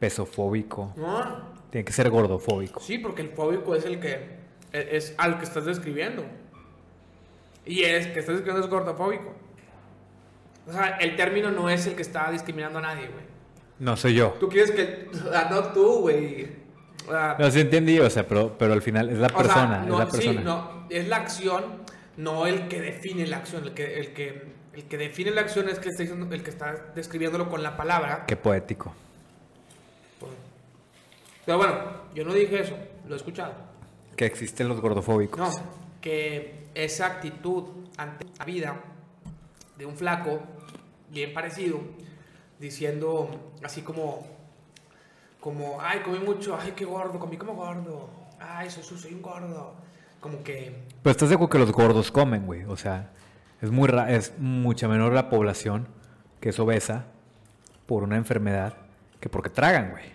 pesofóbico. No, Tiene que ser gordofóbico. sí, porque el fóbico es el que. e, Es, es al que estás describiendo. Y es que estás describiendo es gordofóbico. O sea, el término no es el que está discriminando a nadie, güey. No soy yo. Tú quieres que. o sea, no tú, güey. O sea, No, sí entendí, o sea, pero, pero al final es la O sea, persona, no, es la sí, persona. no, es la acción, no el que define la acción. El que, el que, el que define la acción es que está diciendo- el que está describiéndolo con la palabra. Qué poético. Pues, Pero bueno, yo no dije eso, lo he escuchado. Que existen los gordofóbicos. No, que esa actitud ante la vida de un flaco bien parecido, diciendo así como, como, ay, comí mucho, ay, qué gordo, comí como gordo, ay, soy, soy un gordo. Como que Pero estás de acuerdo que los gordos comen, güey. O sea, es muy ra- es mucha menor la población que es obesa por una enfermedad que porque tragan, güey.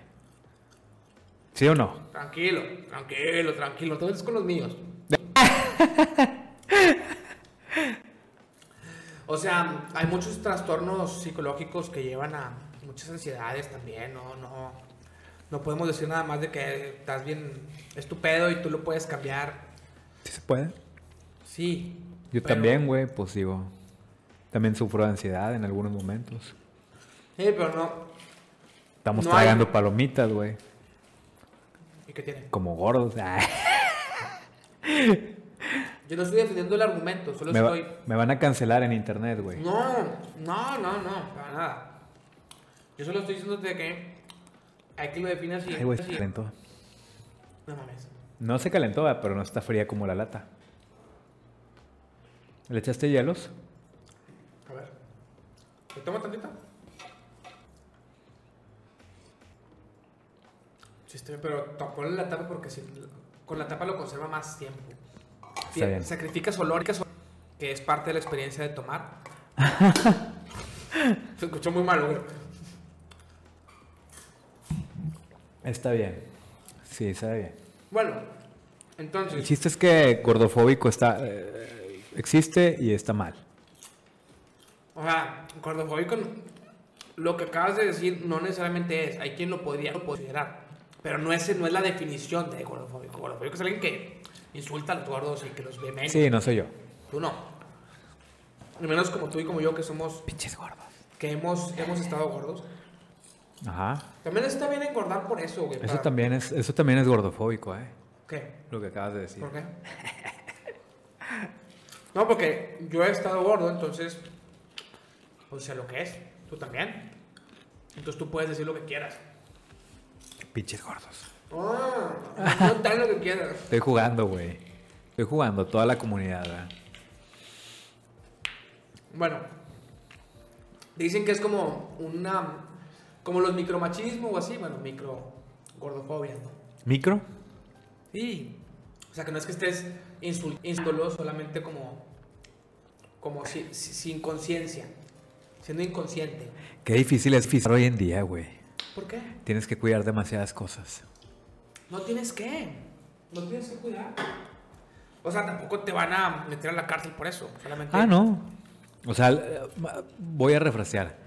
¿Sí o no? Tranquilo, tranquilo, tranquilo. Todo es con los míos. o sea, hay muchos trastornos psicológicos que llevan a muchas ansiedades también. No, no, no podemos decir nada más de que estás bien estupendo y tú lo puedes cambiar. Sí se puede. Sí. Yo pero- también, güey, pues digo. También sufro de ansiedad en algunos momentos. Sí, pero no. Estamos No hay- tragando palomitas, güey. ¿Y qué tiene? Como gordos. Ah, Ay, Yo no estoy defendiendo el argumento, solo me, va- estoy. me van a cancelar en internet, güey. No, no, no, no, para nada. Yo solo estoy diciéndote que hay que lo definir así. Ay, güey, se así. calentó. No mames. No se calentó, ah, pero no está fría como la lata. ¿Le echaste hielos? A ver. ¿Te tomo tantito? Sí, estoy, pero tampoco la tapa porque si- con la tapa lo conserva más tiempo. Está bien. Sacrificas olor, que es parte de la experiencia de tomar. Se escuchó muy mal, güey. Está bien. Sí, está bien. Bueno, El entonces. chiste es que gordofóbico está eh, existe y está mal. O sea, gordofóbico, lo que acabas de decir no necesariamente es, hay quien lo podría considerar, pero no, ese, no es la definición de gordofóbico. Gordofóbico es alguien que insulta a los gordos y que los ve menos. Sí, no soy yo. Tú no. Al menos como tú y como yo que somos, Pinches gordos. que hemos, hemos estado gordos. Ajá. También está bien engordar por eso, güey. Eso para- también es eso también es gordofóbico, eh. ¿Qué? Lo que acabas de decir. ¿Por qué? No, porque yo he estado gordo, entonces, pues sé lo que es. Tú también. Entonces tú puedes decir lo que quieras. Pinches gordos. Ah, no tan lo que quieras. Estoy jugando, güey. Estoy jugando toda la comunidad. ¿verdad? Bueno, dicen que es como una. como los micromachismos o así, bueno, micro gordofobia, ¿no? Micro. Sí. O sea, que no es que estés insul- insultándolo solamente como. como si- si- sin conciencia. Siendo inconsciente. Qué difícil es fisar hoy en día, güey. ¿Por qué? Tienes que cuidar demasiadas cosas. No tienes que. No tienes que cuidar. O sea, tampoco te van a meter a la cárcel por eso. Solamente. Ah, no. O sea, eh, ma- voy a refrasear.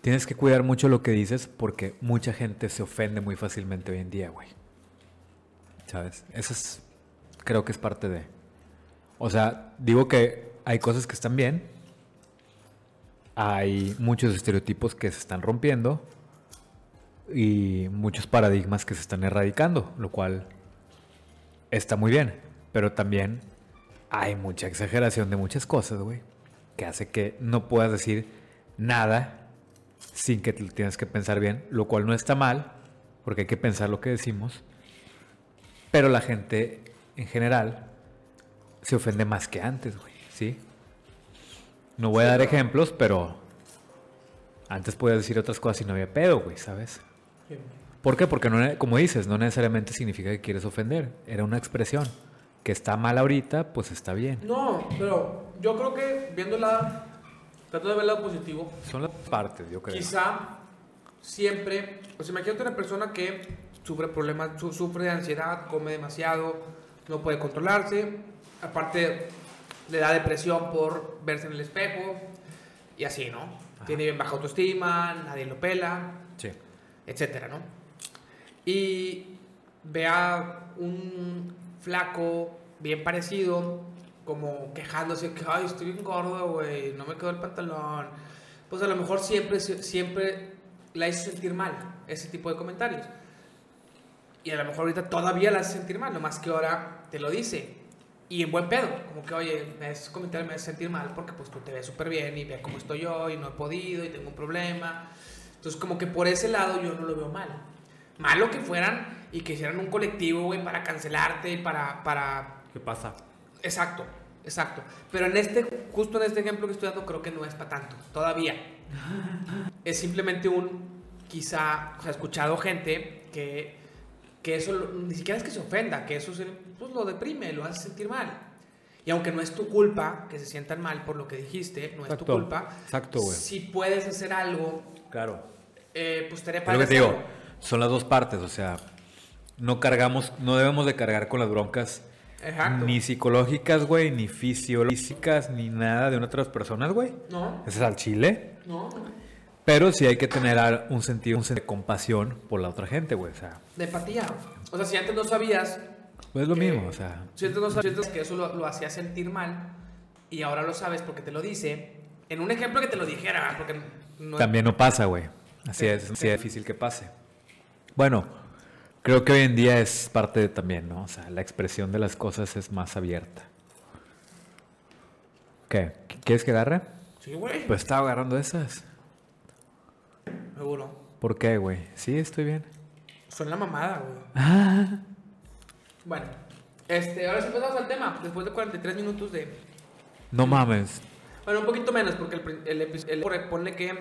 Tienes que cuidar mucho lo que dices porque mucha gente se ofende muy fácilmente hoy en día, güey. ¿Sabes? Eso es, creo que es parte de... O sea, digo que hay cosas que están bien, hay muchos estereotipos que se están rompiendo y muchos paradigmas que se están erradicando, lo cual está muy bien, pero también hay mucha exageración de muchas cosas, güey, que hace que no puedas decir nada sin que te lo tienes que pensar bien, lo cual no está mal, porque hay que pensar lo que decimos, pero la gente en general se ofende más que antes, güey, ¿sí? No voy a dar ejemplos, pero antes podías decir otras cosas y no había pedo, güey, ¿sabes? ¿Por qué? Porque, no, como dices, no necesariamente significa que quieres ofender. Era una expresión. Que está mal ahorita, pues está bien. No, pero yo creo que viendo la. Trato de ver el lado positivo. Son las partes, yo creo. Quizá siempre. O sea, imagínate una persona que sufre problemas, su- sufre de ansiedad, come demasiado, no puede controlarse. Aparte, le da depresión por verse en el espejo. Y así, ¿no? Tiene bien baja autoestima, nadie lo pela. Sí. etcétera, ¿no? Y vea un flaco bien parecido, como quejándose que, ay, estoy bien gordo, güey, no me quedó el pantalón. Pues a lo mejor siempre, siempre la hizo sentir mal ese tipo de comentarios. Y a lo mejor ahorita todavía la hace sentir mal, nomás que ahora te lo dice. Y en buen pedo, como que, oye, ese comentario me hace sentir mal porque pues tú te ves súper bien y ve cómo estoy yo y no he podido y tengo un problema. Entonces, como que por ese lado yo no lo veo mal. Malo que fueran y que hicieran un colectivo, güey, para cancelarte y para, para... ¿Qué pasa? Exacto, exacto. Pero en este, justo en este ejemplo que estoy dando, creo que no es para tanto, todavía. Es simplemente un, quizá, o sea, he escuchado gente que, que eso, lo- ni siquiera es que se ofenda, que eso se- pues, lo deprime, lo hace sentir mal. Y aunque no es tu culpa que se sientan mal por lo que dijiste, no es tu Exacto, culpa, exacto, güey. si puedes hacer algo Claro. eh, pues estaría Pero padre lo que te digo, hacerlo. son las dos partes, o sea, no cargamos, no debemos de cargar con las broncas Exacto. ni psicológicas, güey, ni fisiológicas, ni nada de una otras personas, güey. No, Ese es al chile. no. Pero sí hay que tener al- un sentido, un sentido de compasión por la otra gente, güey. O sea, De empatía. O sea, si antes no sabías. pues es lo que- mismo, o sea. Si antes no sabías que eso lo, lo hacía sentir mal y ahora lo sabes porque te lo dice. En un ejemplo que te lo dijera, ¿verdad? porque no. También no pasa, güey. Así Sí, es, así sí. es difícil que pase. Bueno, creo que hoy en día es parte de también, ¿no? O sea, la expresión de las cosas es más abierta. ¿Qué? ¿Qu- ¿Quieres que agarre? Sí, güey. Pues estaba agarrando esas. Seguro. ¿Por qué, güey? Sí, estoy bien. Son la mamada, güey. Bueno, este, ahora sí pasamos al tema. Después de 43 minutos de. No mames. Bueno, un poquito menos, porque el, pri- el episodio. Ponle que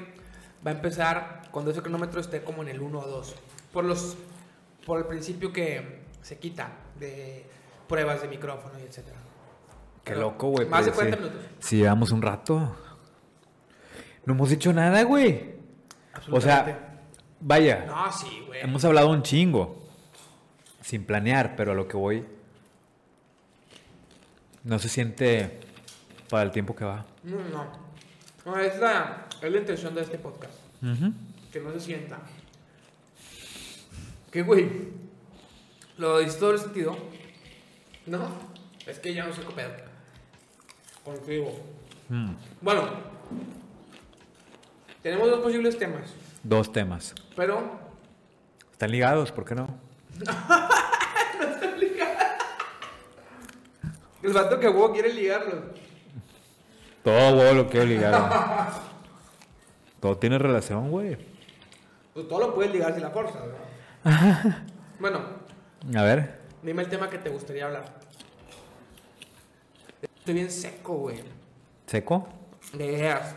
va a empezar cuando ese cronómetro esté como en el 1 o 2. Por los. Por el principio que se quita de pruebas de micrófono y etcétera. Qué Pero loco, güey. Más de pues, 40 sí. minutos. Sí, llevamos un rato. No hemos dicho nada, güey. O sea, vaya. Pues No, sí, güey. Hemos hablado un chingo. Sin planear, pero a lo que voy. No se siente para el tiempo que va. No, no. No, es la, es la intención de este podcast. Que no se sienta. Que, güey. Lo dices todo el sentido. No, es que ya no sé qué pedo. Contigo. Mm, Bueno, tenemos dos posibles temas, Dos temas. pero ¿Están ligados? ¿Por qué no? el vato que a huevo quiere ligarlos. Todo güey, lo quiero ligado. Todo tiene relación, güey. Pues todo lo puedes ligar si la fuerza, ¿verdad? bueno, A ver. dime el tema que te gustaría hablar. Estoy bien seco, güey. ¿Seco? De ideas.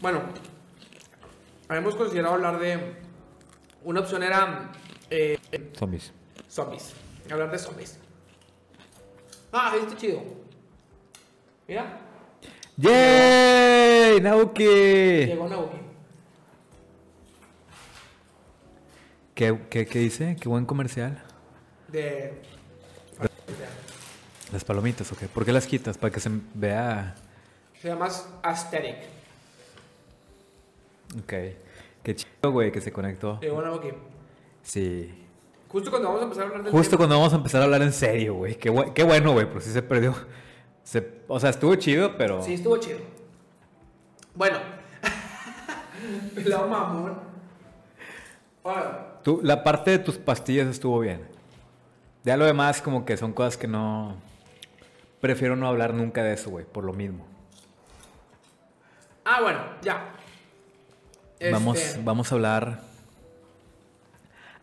Bueno, habíamos considerado hablar de. Una opción era eh, Zombies. zombies. Hablar de zombies. Ah, este chido. Mira, ¡Yay! ¡Nauki! llegó Naoki. ¿Qué, qué, ¿Qué dice? Qué buen comercial. De. Las palomitas, ok. ¿Por qué las quitas? Para que se vea. Se llama Aesthetic. Ok. Qué chido, güey, que se conectó. Llegó Naoki. Sí. Justo cuando vamos a empezar a hablar del Justo tema, cuando vamos a empezar a hablar en serio, güey. Qué, bue- qué bueno, güey, pero sí se perdió. Se- o sea, estuvo chido, pero... Sí, estuvo chido. Bueno. Pelado mamón. Ahora, Tú- la parte de tus pastillas estuvo bien. Ya lo demás, como que son cosas que no. Prefiero no hablar nunca de eso, güey, por lo mismo. Ah, bueno, ya. Este, Vamos, vamos a hablar.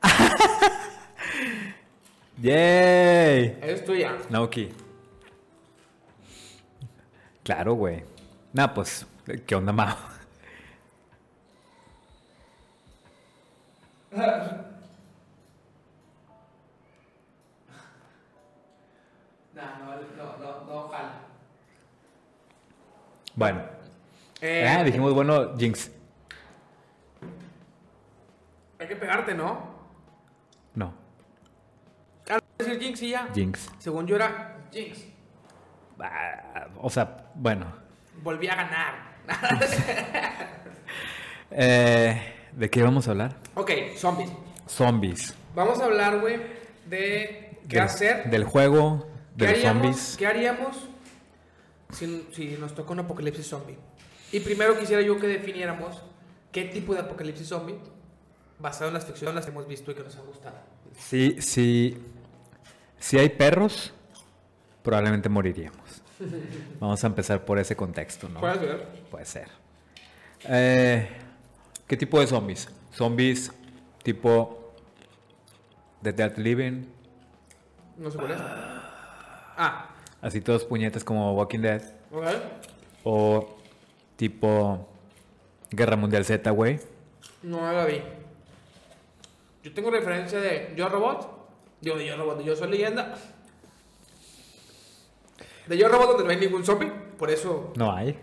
¡Yay! Esto ya. Naoki. Claro, güey. Nah, pues, ¿qué onda, Mao? No, no, no, no, no, jala. Bueno. Eh, Ah, dijimos, bueno, Jinx. Hay que pegarte, ¿no? No, Ah, decir Jinx y ya. Jinx. Según yo era Jinx. Ah, o sea, bueno. Volví a ganar. Eh, ¿De qué vamos a hablar? ok, zombies. Zombies. Vamos a hablar, güey, de qué Del- hacer. Del juego, ¿Qué de los haríamos, zombies. ¿Qué haríamos si, si nos toca un apocalipsis zombie? Y primero quisiera yo que definiéramos qué tipo de apocalipsis zombie, basado en las ficciones las que hemos visto y que nos han gustado. Si, si, si hay perros, probablemente moriríamos. Vamos a empezar por ese contexto, ¿no? ¿Puedes ver? Puede ser. Eh, ¿Qué tipo de zombies? Zombies tipo The Dead Living, No sé cuál es. Ah, así todos puñetes como Walking Dead, ok. o tipo Guerra Mundial Z, güey. No la vi. Yo tengo referencia de Yo Robot. Digo, de Yo Robot, de Yo Soy Leyenda. De Yo Robot donde no hay ningún zombie. Por eso No hay.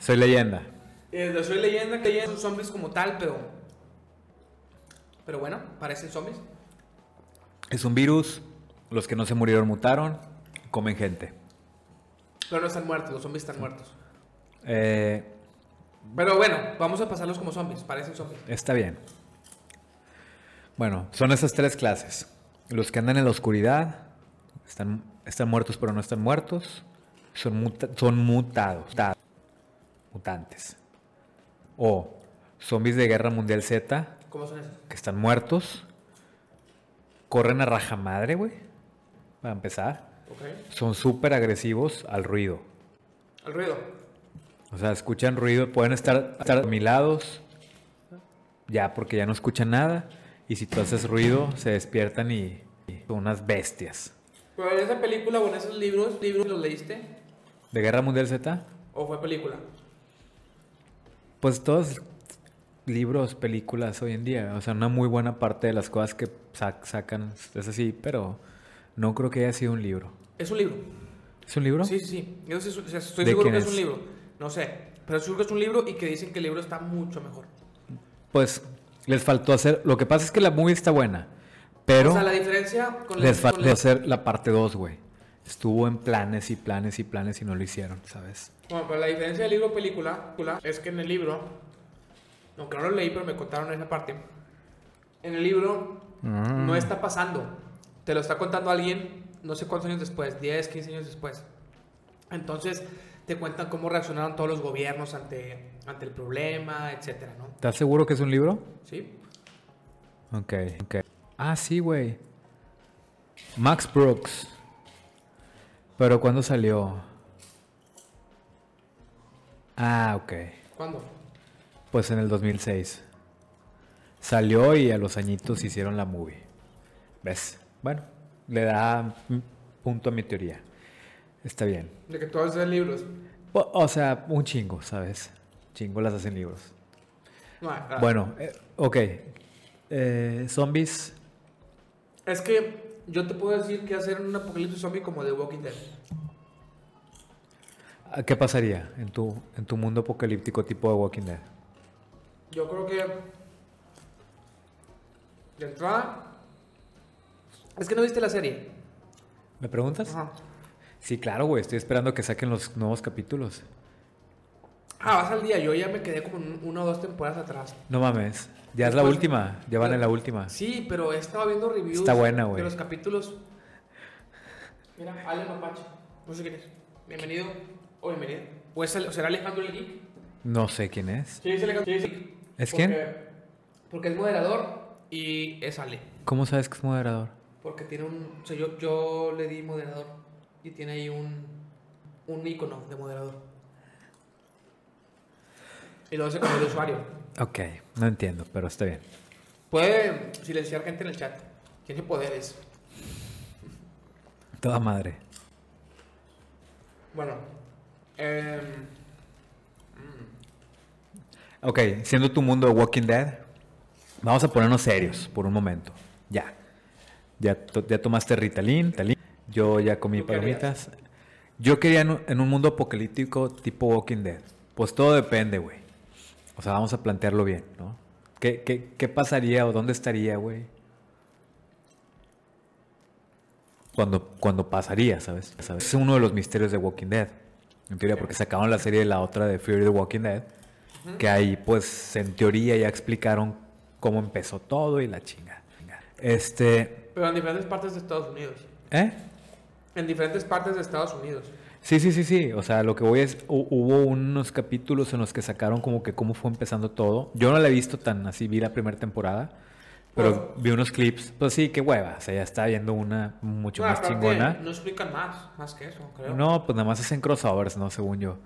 Soy leyenda. Eh, de Soy Leyenda, que ya son zombies como tal, pero. Pero bueno, parecen zombies. Es un virus. Los que no se murieron mutaron. Comen gente. Pero no están muertos, los zombies están muertos. Eh, Pero bueno, vamos a pasarlos como zombies, parecen zombies. está bien. Bueno, son esas tres clases. Los que andan en la oscuridad. Están, están muertos pero no están muertos. Son, muta- son mutados. ta- Mutantes. O zombies de Guerra Mundial Z. ¿Cómo son esos? que están muertos, corren a rajamadre, güey, para empezar. Ok. Son súper agresivos al ruido. El ruido. O sea, escuchan ruido, pueden estar, estar dormilados, ya porque ya no escuchan nada. Y si tú haces ruido, se despiertan y, y son unas bestias. Pero en esa película o en esos libros, libros los leíste, ¿De Guerra Mundial Z? o fue película. Pues todos libros, películas hoy en día. O sea, una muy buena parte de las cosas que sac- sacan es así, pero no creo que haya sido un libro. Es un libro. ¿Es un libro? Sí, sí, sí. Yo sí su- o sea, estoy ¿De seguro quién que es? es? un libro. No sé. Pero seguro que es un libro y que dicen que el libro está mucho mejor. Pues les faltó hacer. Lo que pasa es que la movie está buena. Pero o sea, la diferencia con la- les con faltó la- hacer la parte 2, güey. Estuvo en planes y planes y planes y no lo hicieron, ¿sabes? Bueno, pero la diferencia del libro película película es que en el libro, aunque no lo leí, pero me contaron esa parte. En el libro Mm. no está pasando. Te lo está contando alguien, no sé cuántos años después, 10, 15 años después. Entonces, te cuentan cómo reaccionaron todos los gobiernos ante, ante el problema, etcétera, ¿no? ¿Estás seguro que es un libro? ¿Sí? Ok, ok. Ah, sí, güey. Max Brooks. Pero ¿cuándo salió? Ah, ok. ¿Cuándo? Pues en el 2006. Salió y a los añitos hicieron la movie. ¿Ves? Bueno, le da mm, punto a mi teoría. Está bien. De que todos esos libros. O, o sea, un chingo, ¿sabes? Chingo las hacen libros. No, ah, Bueno, eh, ok. Eh, zombies. Es que yo te puedo decir que hacer un apocalipsis zombie como The Walking Dead. ¿a ¿Qué pasaría en tu, en tu mundo apocalíptico tipo de Walking Dead? Yo creo que. De entrada. Es que no viste la serie. ¿Me preguntas? Ajá. Sí, claro, güey. Estoy esperando que saquen los nuevos capítulos. Ah, vas al día. Yo ya me quedé como en una o dos temporadas atrás. No mames. Ya es la Después- última. Ya van en la última. Sí, pero he estado viendo reviews. Está buena, güey. De los capítulos. Mira, Ale Mapache. No sé quién es. Bienvenido o bienvenida. ¿O, es, o será Alejandro el Geek? No sé quién es. Sí, es Alejandro el Geek. ¿Es Porque- quién? Porque es moderador y es Ale. ¿Cómo sabes que es moderador? Porque tiene un. O sea, yo, yo le di moderador y tiene ahí un. Un icono de moderador. Y lo hace como el usuario. Ok, no entiendo, pero está bien. Puede silenciar gente en el chat. Tiene poderes. Toda madre. Bueno. em, Ok, siendo tu mundo de Walking Dead, vamos a ponernos serios por un momento. Ya. Ya, to- ya tomaste Ritalin, Ritalin. Yo ya comí ¿Tú qué harías? palomitas. Yo quería en un, en un mundo apocalíptico tipo Walking Dead. Pues todo depende, güey. O sea, vamos a plantearlo bien, ¿no? ¿Qué, qué, qué pasaría o dónde estaría, güey? Cuando, cuando pasaría, ¿sabes? ¿sabes? Es uno de los misterios de Walking Dead. En teoría, porque sacaron la serie de la otra de Fear the Walking Dead. Que ahí, pues, en teoría ya explicaron cómo empezó todo y la chinga. Este. pero en diferentes partes de Estados Unidos. ¿Eh? En diferentes partes de Estados Unidos. Sí, sí, sí, sí. O sea, lo que voy es, hu- hubo unos capítulos en los que sacaron como que cómo fue empezando todo. Yo no la he visto tan así, vi la primera temporada, pero vi unos clips. Pues sí, qué hueva. O sea, ya está viendo una mucho Bueno, más aparte, chingona. No explican más, más que eso, creo. No, pues nada más hacen crossovers, ¿no? Según yo.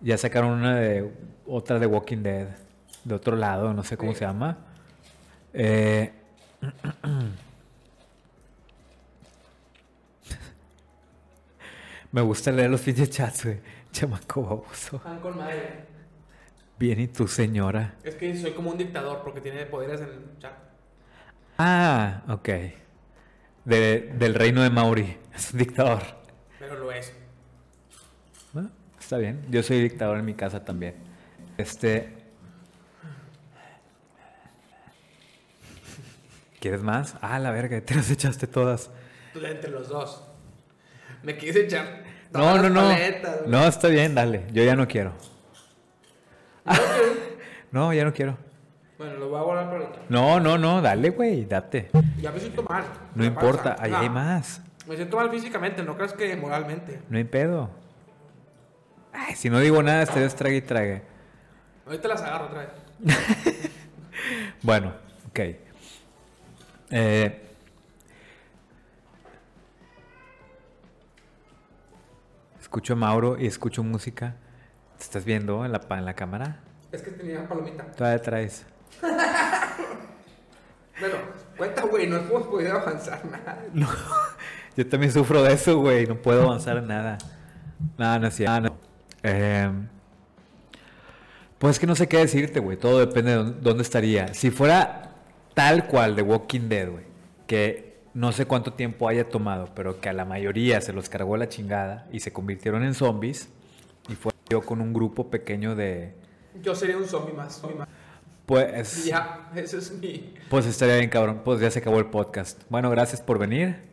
Ya sacaron una de otra de Walking Dead, de otro lado, no sé cómo Sí. se llama. Eh, Me gusta leer los pinches chats, güey. Chamaco baboso. Están con madre. Bien, ¿y tu señora? Es que soy como un dictador porque tiene poderes en el chat. Ah, ok. De- del reino de Mauri. Es un dictador. Pero lo es. Bueno, está bien. Yo soy dictador en mi casa también. Este. ¿Quieres más? Ah, la verga, te las echaste todas. Entre los dos. Me quise echar. No, todas no, las no. paletas, güey. No, está bien, dale. Yo ya no quiero. No, ya no quiero. Bueno, lo voy a volar para el chat. No, no, no, dale, güey, date. Ya me siento mal. No Me importa, pasa. ahí No, hay más. Me siento mal físicamente, no creas que moralmente. No hay pedo. Ay, si no digo nada, estarías trague y trague. Ahorita las agarro otra vez. Bueno, ok. Eh, escucho a Mauro y escucho música. ¿Te estás viendo en la, pa- en la cámara? Es que tenía palomita. Todavía traes. Bueno, cuenta, güey, no hemos podido avanzar nada. Yo también sufro de eso, güey. No puedo avanzar en nada. Nada, no es cierto. Eh, pues es que no sé qué decirte, güey. Todo depende de dónde- dónde estaría. Si fuera tal cual de Walking Dead, güey. Que no sé cuánto tiempo haya tomado, pero que a la mayoría se los cargó la chingada y se convirtieron en zombies. Y fue yo con un grupo pequeño de... Yo sería un zombie más. zombie más. Pues... Y Ya, ese es mi. Pues estaría bien, cabrón. Pues ya se acabó el podcast. Bueno, gracias por venir.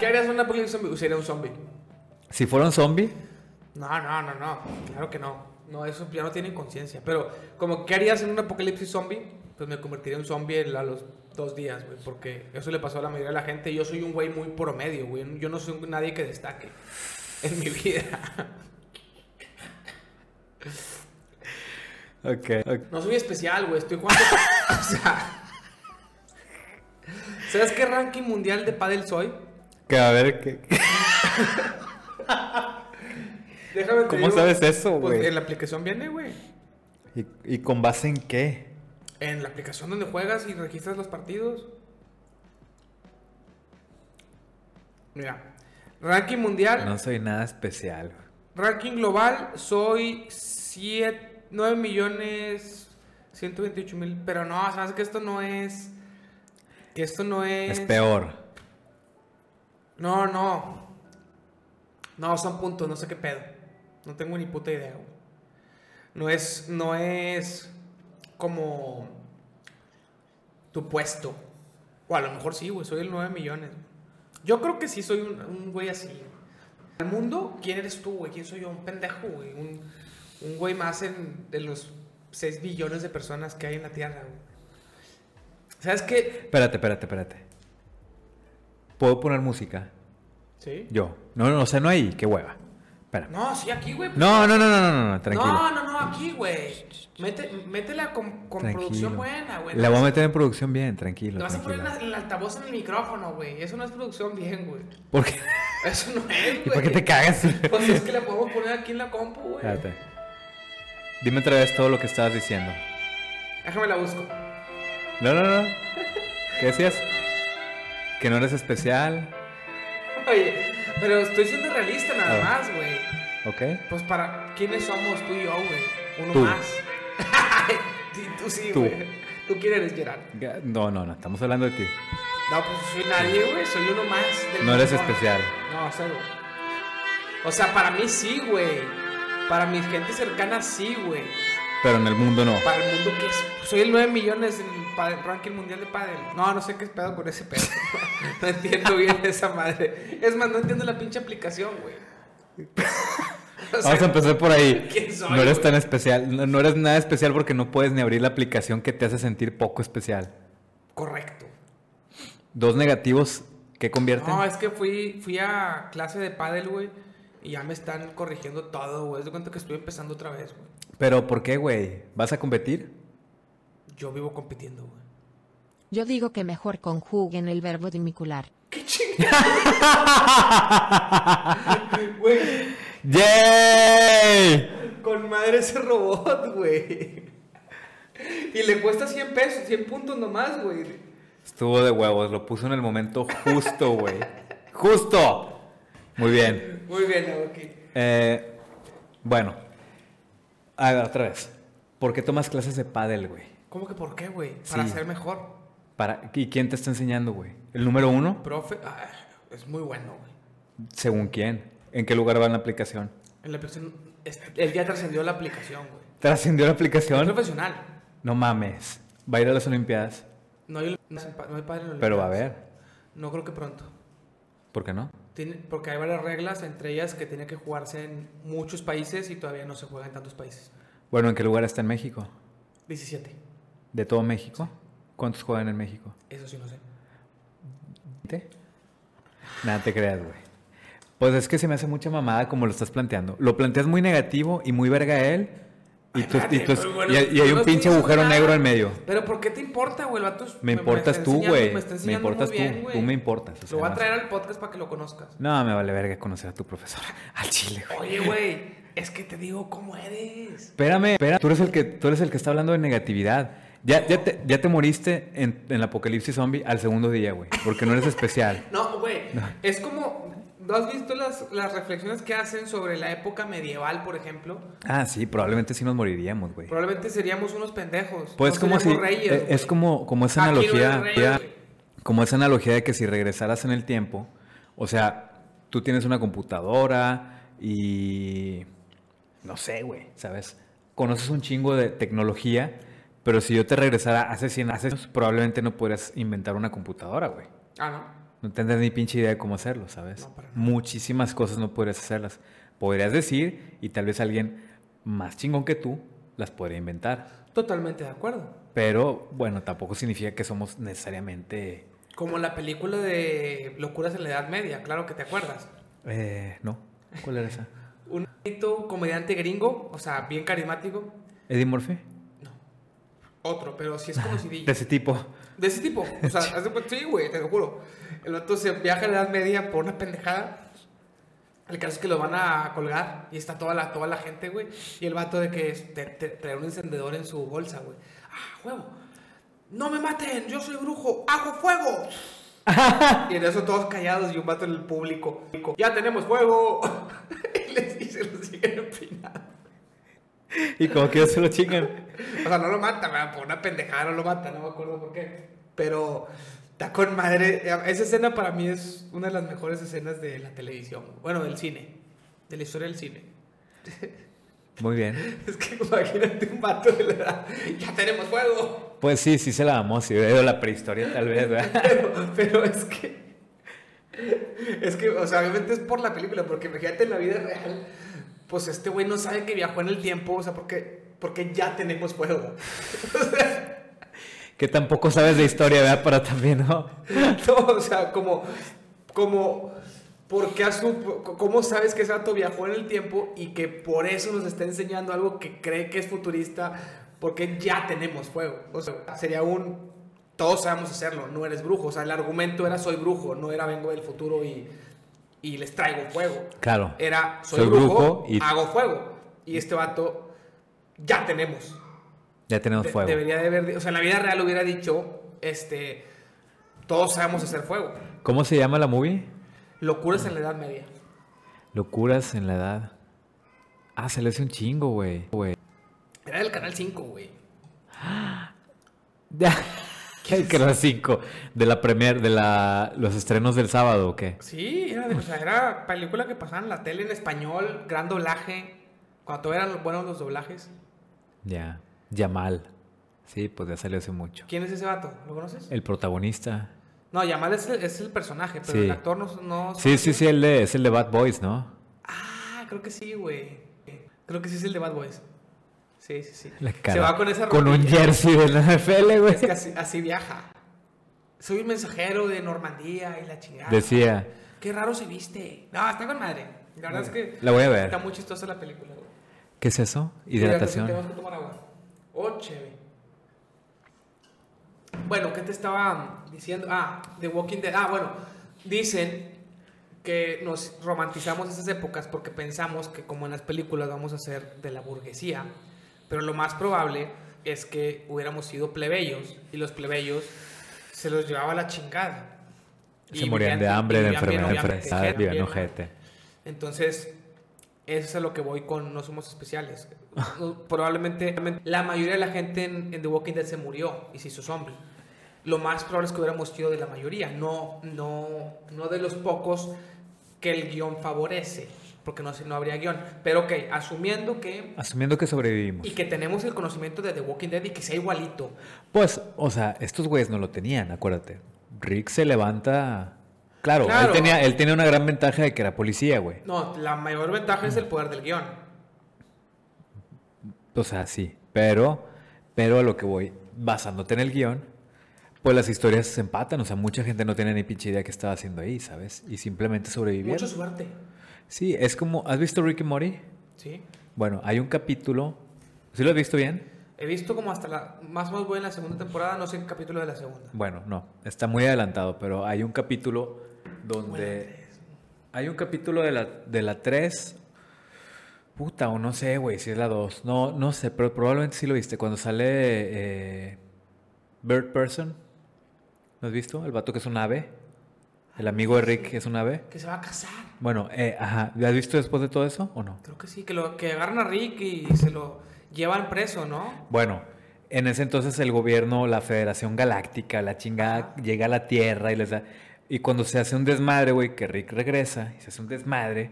¿Qué harías en una película de zombie? Sería un zombie. Si fuera un zombie... No, no, no, no. Claro que no. No, eso ya no tienen conciencia. Pero, como, ¿qué harías en un apocalipsis zombie? Pues me convertiría en zombie a los dos días, güey. Porque eso le pasó a la mayoría de la gente. Yo soy un güey muy promedio, güey. Yo no soy un- nadie que destaque en mi vida. Ok, ok. No soy especial, güey. Estoy jugando. o sea. ¿Sabes qué ranking mundial de pádel soy? Que a ver, que... Déjame te ¿Cómo digo. sabes eso, güey? Pues en la aplicación viene, güey. ¿Y, y con base en qué? En la aplicación donde juegas y registras los partidos. Mira, ranking mundial, No soy nada especial. ranking global, soy 7, 9 millones 128 mil. Pero no, sabes que esto no es. Que esto no es. Es peor. No, no. No, son puntos, no sé qué pedo. No tengo ni puta idea, güey. No es, no es como tu puesto. O a lo mejor sí, güey, soy el 9 millones. Yo creo que sí soy un, un güey así. Al mundo, ¿quién eres tú, güey? ¿Quién soy yo? Un pendejo, güey. Un, un güey más en, de los 6 billones de personas que hay en la Tierra, güey. ¿Sabes qué? Espérate, espérate, espérate. ¿Puedo poner música? Sí. Yo. No, no, o sea, no ahí, qué hueva. Espérame. No, sí, aquí, güey. No, no, no, no, no, no, no, tranquilo. No, no, no, aquí, güey. Mete, métela con, con tranquilo. producción buena, güey. La voy a meter en producción bien, tranquilo. Te vas a poner tranquilo. la- el altavoz en el micrófono, güey. Eso no es producción bien, güey. ¿Por qué? Eso no es, ¿Y por güey. qué te Ah, cagas? Pues es que la podemos poner aquí en la compu, güey. Espérate. Dime otra vez todo lo que estabas diciendo. Déjame la busco. No, no, no. ¿Qué decías? Que no eres especial. Oye, pero estoy siendo realista A nada ver. más, güey. ¿Ok? Pues para, ¿quiénes somos tú y yo, güey? Uno Tú. más. Sí, tú sí, Tú. güey. Tú quién eres, Gerard. Ga- No, no, no. Estamos hablando de ti. No, pues soy nadie, güey. Soy uno más. del No eres montón. especial. No, cero. O sea, para mí sí, güey. Para mi gente cercana sí, güey. Pero en el mundo no. Para el mundo que es. Soy el 9 millones en el pa- ranking mundial de pádel. No, no sé qué es pedo con ese pedo. no entiendo bien esa madre. Es más, no entiendo la pinche aplicación, güey. O sea, Vamos a empezar por ahí. ¿Quién soy, No eres güey? tan especial. No, no eres nada especial porque no puedes ni abrir la aplicación que te hace sentir poco especial. Correcto. Dos negativos que convierten. No, es que fui, fui a clase de pádel, güey. Y ya me están corrigiendo todo, güey. Es de cuenta que estoy empezando otra vez, güey. Pero ¿por qué, güey? ¿Vas a competir? Yo vivo compitiendo, güey. Yo digo que mejor conjuguen el verbo dimicular. ¡Qué chingada! Güey, ¡Yay! con madre ese robot, güey. Y le cuesta 100 pesos, 100 puntos nomás, güey. Estuvo de huevos. Lo puso en el momento justo, güey. ¡Justo! Muy bien. Muy bien, ok. Eh, bueno. A ver, otra vez. ¿Por qué tomas clases de pádel, güey? ¿Cómo que por qué, güey? Para Sí. ser mejor. Para, ¿Y quién te está enseñando, güey? ¿El número uno? Profe, ah, es muy bueno, güey. ¿Según quién? ¿En qué lugar va en la aplicación? En la aplicación, es- él ya trascendió la aplicación, güey. ¿Trascendió la Es aplicación? profesional. No mames. ¿Va a ir a las Olimpiadas? No hay, no hay pa- no hay padre en los Pero va a Olimpiadas. ver. No creo que pronto. ¿Por qué no? Tiene- porque hay varias reglas, entre ellas que tiene que jugarse en muchos países y todavía no se juega en tantos países. Bueno, ¿en qué lugar está en México? 17. ¿De todo México? ¿Cuántos juegan en México? Eso sí no sé. ¿Te? Nada te creas, güey. Pues es que se me hace mucha mamada como lo estás planteando. Lo planteas muy negativo y muy verga él. Y, Ay, tú- espérate, y tú- pero bueno, y- y yo hay no un estoy pinche agujero diciendo negro nada. en medio. Pero ¿por qué te importa, güey? El vato es- Me está importas tú, enseñando- güey. me está Me enseñando importas muy bien, tú. güey. Tú me importas. o sea, Lo voy a más- traer al podcast para que lo conozcas. No, me vale verga conocer a tu profesora. Al chile, güey. Oye, güey, es que te digo cómo eres. Espérame, espérame. Tú eres el que, tú eres el que está hablando de negatividad. Ya, ya, te, ya te moriste en, en el apocalipsis zombie al segundo día, güey. Porque no eres especial. No, güey, es como... ¿No has visto las, las reflexiones que hacen sobre la época medieval, por ejemplo? Ah, sí, probablemente sí nos moriríamos, güey. Probablemente seríamos unos pendejos. Pues no como si seríamos reyes, eh, es güey. como como esa Aquí no eres analogía, rey, ya- güey. como esa analogía de que si regresaras en el tiempo, o sea, tú tienes una computadora y no sé, güey, ¿sabes? Conoces un chingo de tecnología, pero si yo te regresara hace 100 años, probablemente no podrías inventar una computadora, güey. Ah, ¿no? No tendrás ni pinche idea de cómo hacerlo, ¿sabes? No, para nada. Muchísimas cosas no podrías hacerlas. Podrías decir, y tal vez alguien más chingón que tú las podría inventar. Totalmente de acuerdo. Pero bueno, tampoco significa que somos necesariamente. Como la película de Locuras en la Edad Media, claro que te acuerdas. eh, no. ¿Cuál era esa? Un maldito comediante gringo, o sea, bien carismático. Eddie Murphy. Otro, pero si es conocidillo. De ese tipo. De ese tipo. O sea, haz de cuenta- sí, güey, te lo juro. El vato se viaja a la Edad Media por una pendejada. El caso es que lo van a colgar y está toda la, toda la gente, güey. Y el vato de que es- te- te- trae un encendedor en su bolsa, güey. ¡Ah, huevo! ¡No me maten! ¡Yo soy brujo! ¡Hago fuego! y en eso todos callados y un vato en el público. ¡Ya tenemos fuego! y, les, y se lo siguen empinando. Y como que ya se lo chingan. O sea, no lo mata, ¿verdad? por una pendejada no lo mata, no me acuerdo por qué. Pero está con madre. Esa escena para mí es una de las mejores escenas de la televisión. Bueno, del cine. De la historia del cine. Muy bien. Es que imagínate un vato de la edad. Ya tenemos fuego. Pues sí, sí se la damos. Si hubiera ido a la prehistoria, tal vez, ¿verdad? Pero, pero es que. Es que, o sea, obviamente es por la película, porque imagínate en la vida real. Pues este güey no sabe que viajó en el tiempo, o sea, porque, porque ya tenemos fuego. O sea. Que tampoco sabes de historia, ¿verdad? Para también, ¿no? No, o sea, como, como ¿Por qué asu- c- ¿Cómo sabes que ese vato viajó en el tiempo y que por eso nos está enseñando algo que cree que es futurista? Porque ya tenemos fuego. O sea, sería un. Todos sabemos hacerlo, no eres brujo. O sea, el argumento era soy brujo, no era vengo del futuro y, y les traigo fuego. Claro. Era soy, Soy brujo, brujo y- hago fuego. Y este vato, ya tenemos. Ya tenemos De- fuego. Debería de haber. O sea, en la vida real hubiera dicho, este. Todos sabemos hacer fuego. ¿Cómo se llama la movie? Locuras en la Edad Media. Locuras en la edad. Ah, se le hace un chingo, güey. Güey. Era del canal 5, güey. ¿Qué que los cinco? De la premier, de la, los estrenos del sábado, ¿o qué? Sí, era, de- o sea, era película que pasaban en la tele en español, gran doblaje. Cuando todavía eran buenos los doblajes. Ya. Yamal. Sí, pues ya salió hace mucho. ¿Quién es ese vato? ¿Lo conoces? El protagonista. No, Yamal es el, es el personaje, pero Sí. el actor no. no Sí, sí, sí, el de, es el de Bad Boys, ¿no? Ah, creo que sí, güey. Creo que sí es el de Bad Boys. Sí, sí, sí. La Se cara. va con esa Con un ropilla. jersey de la NFL, güey. Es que así, así viaja. Soy un mensajero de Normandía y la chingada. Decía, Qué raro se viste. No, está con madre. La verdad es que la voy a está ver. muy chistosa la película, güey. ¿Qué es eso? Tenemos Hidratación. que tomar agua. Oh, chévere. Bueno, ¿qué te estaba diciendo? Ah, The Walking Dead. Ah, bueno, dicen que nos romantizamos esas épocas porque pensamos que como en las películas vamos a ser de la burguesía, pero lo más probable es que hubiéramos sido plebeyos y los plebeyos se los llevaba la chingada. Se Y morían de vivían- y hambre, de vivían bien, enfermedad, de obviamente, enfermedad, vivían vivían bien. ojete. Entonces, eso es lo que voy con no somos especiales. No, Probablemente la mayoría de la gente en, en The Walking Dead se murió y se hizo zombie. Lo más probable es que hubiéramos sido de la mayoría, no, no, no de los pocos que el guión favorece, porque no, sé, no habría guión. Pero ok, asumiendo que... Asumiendo que sobrevivimos. Y que tenemos el conocimiento de The Walking Dead y que sea igualito. Pues, o sea, estos güeyes no lo tenían, acuérdate. Rick se levanta. Claro, Claro. Él, tenía, él tenía una gran ventaja de que era policía, güey. No, la mayor ventaja es el poder del guión. O sea, sí. Pero, pero a lo que voy, basándote en el guión, pues las historias se empatan. O sea, mucha gente no tenía ni pinche idea qué estaba haciendo ahí, ¿sabes? Y simplemente sobrevivieron. Mucha suerte. Sí, es como. ¿Has visto Rick y Morty? ¿sí? Bueno, hay un capítulo. ¿Sí lo has visto bien? He visto como hasta la más o menos voy en la segunda temporada, no sé en qué capítulo de la segunda. Bueno, no, está muy adelantado, pero hay un capítulo donde... Hay un capítulo de la, de la 3... Puta, o no sé, güey, si es la 2. No, no sé, pero probablemente sí lo viste. Cuando sale eh, Bird Person, ¿lo has visto? El vato que es un ave. El amigo de Rick que es un ave. Que se va a casar. Bueno, eh, ajá, ¿lo has visto después de todo eso o no? Creo que sí, que, lo, que agarran a Rick y se lo llevan preso, ¿no? Bueno, en ese entonces el gobierno, la Federación Galáctica, la chingada, llega a la Tierra y les da. Y cuando se hace un desmadre, güey, que Rick regresa y se hace un desmadre,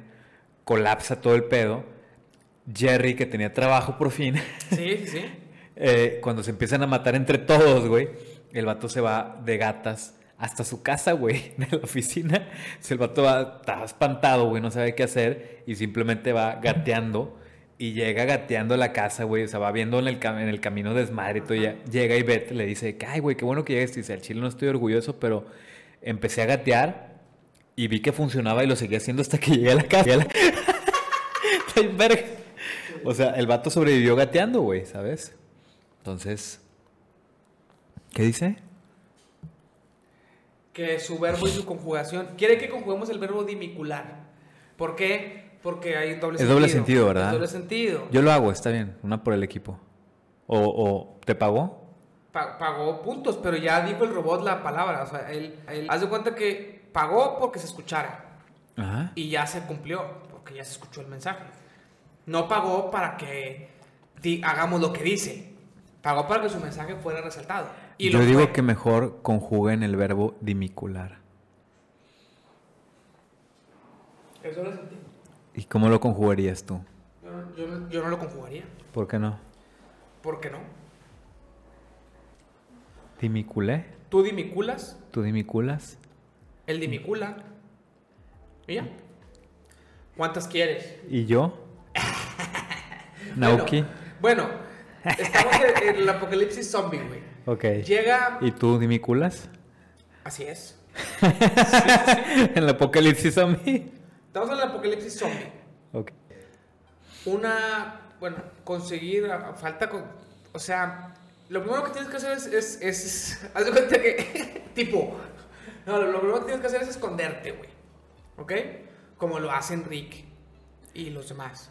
colapsa todo el pedo. Jerry, que tenía trabajo por fin, Sí, sí, sí. eh, cuando se empiezan a matar entre todos, güey, el vato se va de gatas hasta su casa, güey, de la oficina. Entonces, el vato va, está espantado, güey, no sabe qué hacer y simplemente va gateando y llega gateando a la casa, güey. O sea, va viendo en el, cam- en el camino desmadre y todo. y ya- Llega y Beth le dice, que, ay, güey, qué bueno que llegues. Dice, al chile no estoy orgulloso, pero empecé a gatear y vi que funcionaba y lo seguí haciendo hasta que llegué a la casa. Está bien verga. O sea, el vato sobrevivió gateando, güey, ¿sabes? Entonces, ¿qué dice? Que su verbo y su conjugación. Quiere que conjuguemos el verbo dimicular. ¿Por qué? Porque hay doble Es sentido. doble sentido, ¿verdad? Es doble sentido. Yo lo hago, está bien, una por el equipo. ¿O, o te pagó? Pa- pagó puntos, pero ya dijo el robot la palabra. O sea, él, él haz de cuenta que pagó porque se escuchara. Ajá. Y ya se cumplió, porque ya se escuchó el mensaje. No pagó para que di- hagamos lo que dice. Pagó para que su mensaje fuera resaltado. Y Yo lo digo fue. que mejor conjuguen el verbo dimicular. Es doble sentido. ¿Y cómo lo conjugarías tú? Yo no, yo no- yo no lo conjugaría. ¿Por qué no? ¿Por qué no? ¿Dimiculé? Tú dimiculas, ¿Tú dimiculas? él dimicula. Y ya. ¿Cuántas quieres? ¿Y yo? Nauki. Bueno, bueno, estamos en, en el apocalipsis zombie, güey. Ok. Llega. ¿Y tú dimiculas? Así es. en el apocalipsis zombie. Estamos en el apocalipsis zombie. Ok. Una, bueno, conseguir, a- a falta con, o sea, lo primero que tienes que hacer es, es, es- haz de cuenta que, tipo, no, lo, lo primero que tienes que hacer es esconderte, güey, ¿ok? Como lo hacen Rick y los demás.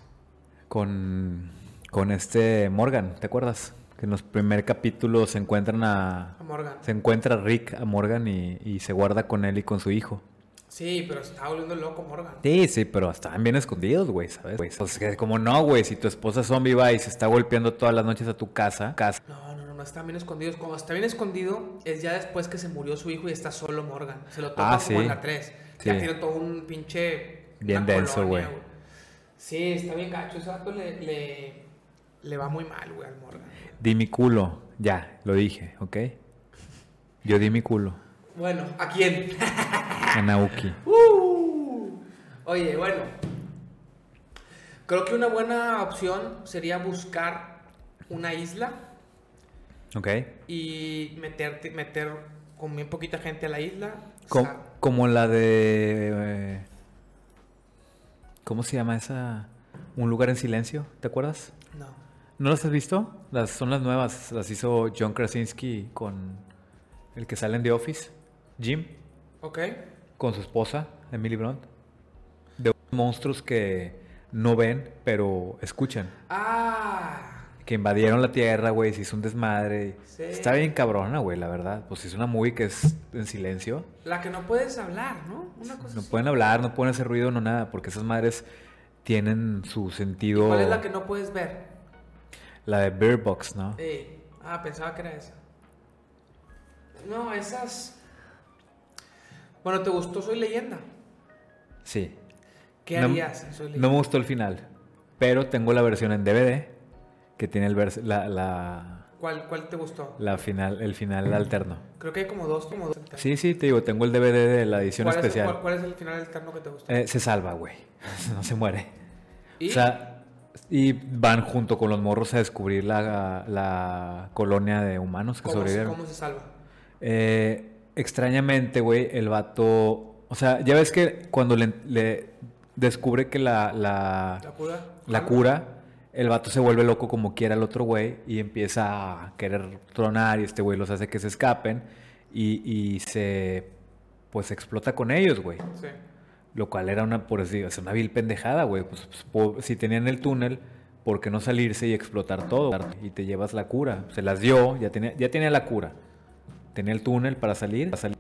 Con, con este Morgan, ¿te acuerdas? Que en los primer capítulos se encuentran a. A Morgan. Se encuentra Rick a Morgan y, y se guarda con él y con su hijo. Sí, pero se estaba volviendo loco Morgan. Sí, sí, pero estaban bien escondidos, güey, ¿sabes? Pues, pues, que como no, güey, si tu esposa zombie va y se está golpeando todas las noches a tu casa, casa No, no, no, no, están bien escondidos. Como está bien escondido, es ya después que se murió su hijo y está solo Morgan. Se lo toma Ah, como sí. en la 3. Ya Sí. tiene todo un pinche. Bien una denso, colonia, güey. Sí, está bien gacho. Ese vato le, le, le va muy mal, güey, al Morgan. di mi culo. Ya, lo dije, ¿ok? Yo di mi culo. Bueno, ¿a quién? A Naoki. Uh. Oye, bueno. Creo que una buena opción sería buscar una isla ¿Ok? y meterte, meter con bien poquita gente a la isla. Co- Sa- como la de. eh, ¿Cómo se llama esa? Un lugar en silencio, ¿te acuerdas? no. ¿No las has visto? Las, son las nuevas. Las hizo John Krasinski con el que sale en The Office, Jim, Ok. con su esposa, Emily Blunt. De monstruos que no ven, pero escuchan. Ah. Que invadieron la tierra, güey, se hizo un desmadre. Sí. Está bien cabrona, güey, la verdad. Pues es una movie que es en silencio. La que no puedes hablar, ¿no? Una cosa No así. pueden hablar, no pueden hacer ruido, no nada, porque esas madres tienen su sentido. ¿Cuál es la que no puedes ver? La de Beer Box, ¿no? Eh, ah, pensaba que era esa. No, esas. Bueno, ¿te gustó Soy Leyenda? Sí. ¿Qué No- harías en Soy No Leyenda? me gustó el final, pero tengo la versión en DVD que tiene el vers- la, la, ¿Cuál, ¿Cuál te gustó? la final, el final alterno. Creo que hay como dos, como dos. Sí, sí, te digo, tengo el DVD de la edición ¿Cuál es, el, especial. cuál, cuál es el final alterno que te gustó? Eh, se salva, güey. no se muere. ¿Y? O sea, y van junto con los morros a descubrir la, la colonia de humanos que ¿Cómo, se- sobrevivieron. ¿Cómo se salva? Eh, extrañamente, güey, el vato. O sea, ya ves que cuando le, le descubre que la, la, ¿La cura? la cura, el vato se vuelve loco como quiera el otro güey y empieza a querer tronar y este güey los hace que se escapen y, y se. Pues explota con ellos, güey. Sí. Lo cual era una, por decir, es una vil pendejada, güey. Pues, pues, po- si tenían el túnel, ¿por qué no salirse y explotar todo? Y te llevas la cura. Se las dio, ya tenía, ya tenía la cura. Tenía el túnel para salir. para salir.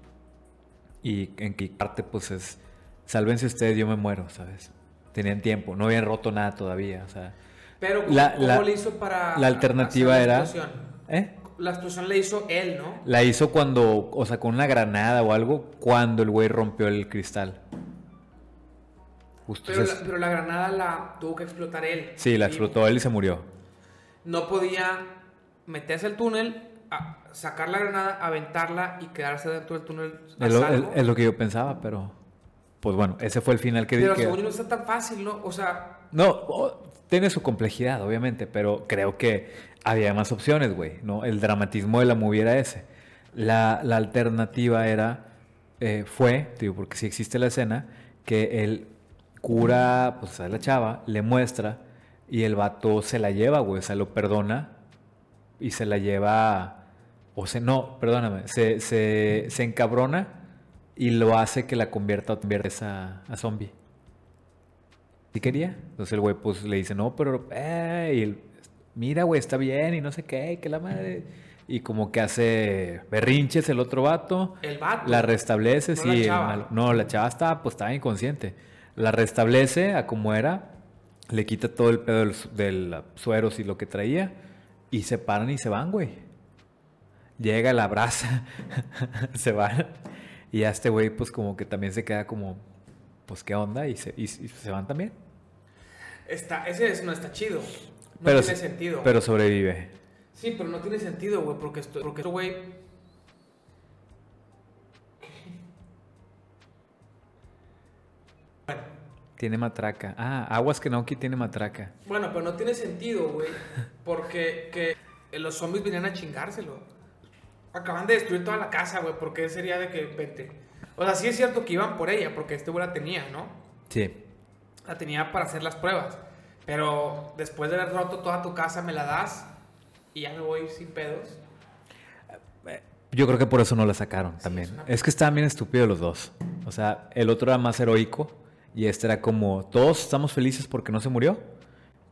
Y en qué parte, pues es, sálvense ustedes, yo me muero, ¿sabes? Tenían tiempo, no habían roto nada todavía, o sea. Pero, ¿cómo, La- cómo la- le hizo para.? la alternativa hacer era- La explosión? ¿Eh? La explosión la hizo él, ¿no? La hizo cuando, o sea, con una granada o algo, cuando el güey rompió el cristal. Justo Pero ese- la, pero la granada la tuvo que explotar él. Sí, la Y explotó él y se murió. No podía meterse al túnel, a- sacar la granada, aventarla y quedarse dentro del túnel. a Es lo, es- salvo. es lo que yo pensaba, pero. Pues bueno, ese fue el final que pero que- según yo no está tan fácil, ¿no? O sea, No, o- tiene su complejidad, obviamente, pero creo que había más opciones, güey. ¿no? El dramatismo de la movie era ese. La, la alternativa era. eh, fue, digo, porque si existe la escena, que el cura, pues a la chava, le muestra y el vato se la lleva, güey. O sea, lo perdona y se la lleva. O sea, no, perdóname, se, se, se encabrona y lo hace que la convierta, convierta esa- a zombie. ¿Sí quería? Entonces el güey pues le dice, no, pero, eh, y el- mira, güey, está bien y no sé qué, que la madre. Y como que hace berrinches el otro vato, el vato. la restableces No la y el chava. malo- No, la chava estaba, pues estaba inconsciente. La restablece a como era, le quita todo el pedo del, su- del suero y lo que traía y se paran y se van, güey. Llega, la abraza, se van. Y a este güey pues como que también se queda como, pues qué onda y se, y- y se van también. Está, ese es- no está chido. No pero, tiene so- sentido. Pero sobrevive. Sí, pero no tiene sentido, güey, porque esto, porque esto, güey. Tiene matraca. Ah, Aguas que Naoki tiene matraca. Bueno, pero no tiene sentido, güey, porque que los zombies venían a chingárselo. Acaban de destruir toda la casa, güey, porque sería de que, vente, O sea, sí es cierto que iban por ella, porque este güey la tenía, ¿no? Sí. La tenía para hacer las pruebas. Pero después de haber roto toda tu casa, me la das y ya me voy sin pedos. Yo creo que por eso no la sacaron también. es una- Es que estaban bien estúpidos los dos. O sea, el otro era más heroico y este era como, todos estamos felices porque no se murió,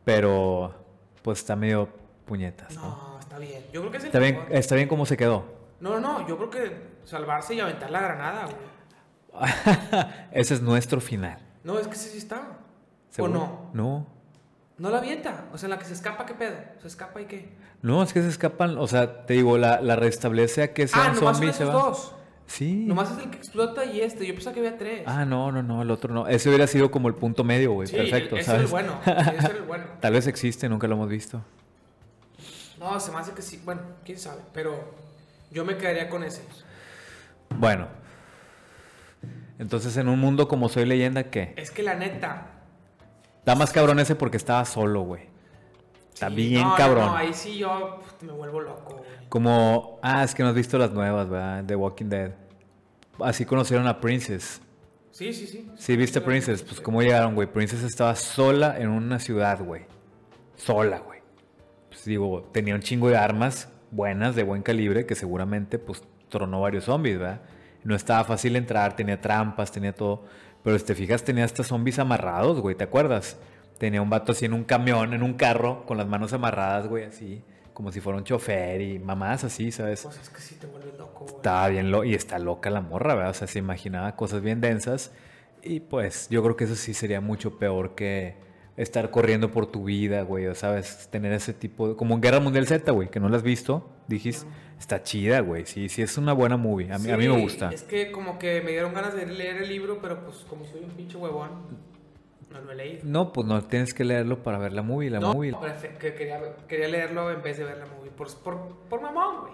pero pues está medio puñetas, ¿no? No, está bien. Yo creo que es el Está bien, eh. mejor. está bien cómo se quedó. No, no, no. Yo creo que salvarse y aventar la granada, güey. Ese es nuestro final. No, es que ese sí está. ¿Seguro? ¿O no? No. No la avienta. O sea, en la que se escapa, ¿qué pedo? ¿Se escapa y qué? No, es que se escapan, o sea, te digo, la, la restablece a que sea ah, un nomás son zombie y se esos va. dos. Sí. Nomás es el que explota y este. Yo pensaba que había tres. Ah, no, no, no, el otro no. Ese hubiera sido como el punto medio, güey. sí, Perfecto, ese ¿sabes? era el bueno. Ese era el bueno. Tal vez existe, nunca lo hemos visto. No, se me hace que sí. Bueno, quién sabe. Pero yo me quedaría con ese. Bueno. Entonces, en un mundo como soy leyenda, ¿qué? Es que la neta. Está más cabrón ese porque estaba solo, güey. Está sí, bien no, no, cabrón. No, ahí sí yo pf, me vuelvo loco, güey. Como, ah, es que no has visto las nuevas, ¿verdad? The Walking Dead. Así conocieron a Princess. Sí, sí, sí. Sí, viste Princess. Pues, ¿cómo llegaron, güey? Princess estaba sola en una ciudad, güey. Sola, güey. Pues digo, tenía un chingo de armas buenas, de buen calibre, que seguramente, pues, tronó varios zombies, ¿verdad? No estaba fácil entrar, tenía trampas, tenía todo. Pero si te fijas, tenía hasta zombies amarrados, güey, ¿te acuerdas? Tenía un vato así en un camión, en un carro, con las manos amarradas, güey, así. Como si fuera un chofer y mamás así, ¿sabes? Pues es que sí te vuelves loco, güey. Estaba bien lo y está loca la morra, ¿verdad? O sea, se imaginaba cosas bien densas. Y pues yo creo que eso sí sería mucho peor que estar corriendo por tu vida, güey. O sabes, tener ese tipo de... Como en Guerra Mundial Z, güey, que no la has visto. Dijiste, está chida, güey. Sí, sí, es una buena movie. A mí, a mí me Sí, gusta. Es que como que me dieron ganas de leer el libro, pero pues como soy un pinche huevón, no lo he leído. No, pues no, tienes que leerlo para ver la movie. La no, movie. prefe- que quería, quería leerlo en vez de ver la movie. Por, por, por mamón, güey.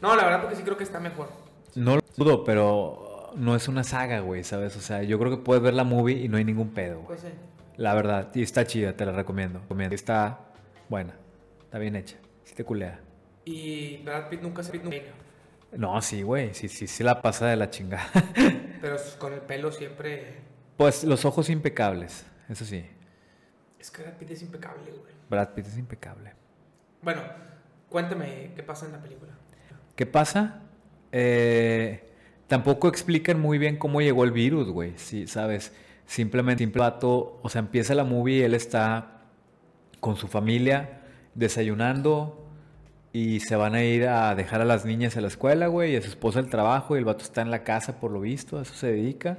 No, la verdad porque sí creo que está mejor. No lo dudo, pero no es una saga, güey, ¿sabes? O sea, yo creo que puedes ver la movie y no hay ningún pedo, güey. Pues sí. La verdad, y está chida, te la recomiendo. Recomiendo. Está buena, está bien hecha. Sí te culea. Y Brad Pitt nunca se Pitt nunca- No, sí, güey, sí, sí, sí la pasa de la chingada. Pero es- con el pelo siempre... pues los ojos impecables, eso sí. Es que Brad Pitt es impecable, güey. Brad Pitt es impecable. Bueno, cuéntame qué pasa en la película. ¿Qué pasa? Eh, tampoco explican muy bien cómo llegó el virus, güey. Sí, sabes. Simplemente, simple vato, o sea, empieza la movie y él está con su familia desayunando y se van a ir a dejar a las niñas a la escuela, güey, y a su esposa al trabajo y el vato está en la casa por lo visto, a eso se dedica.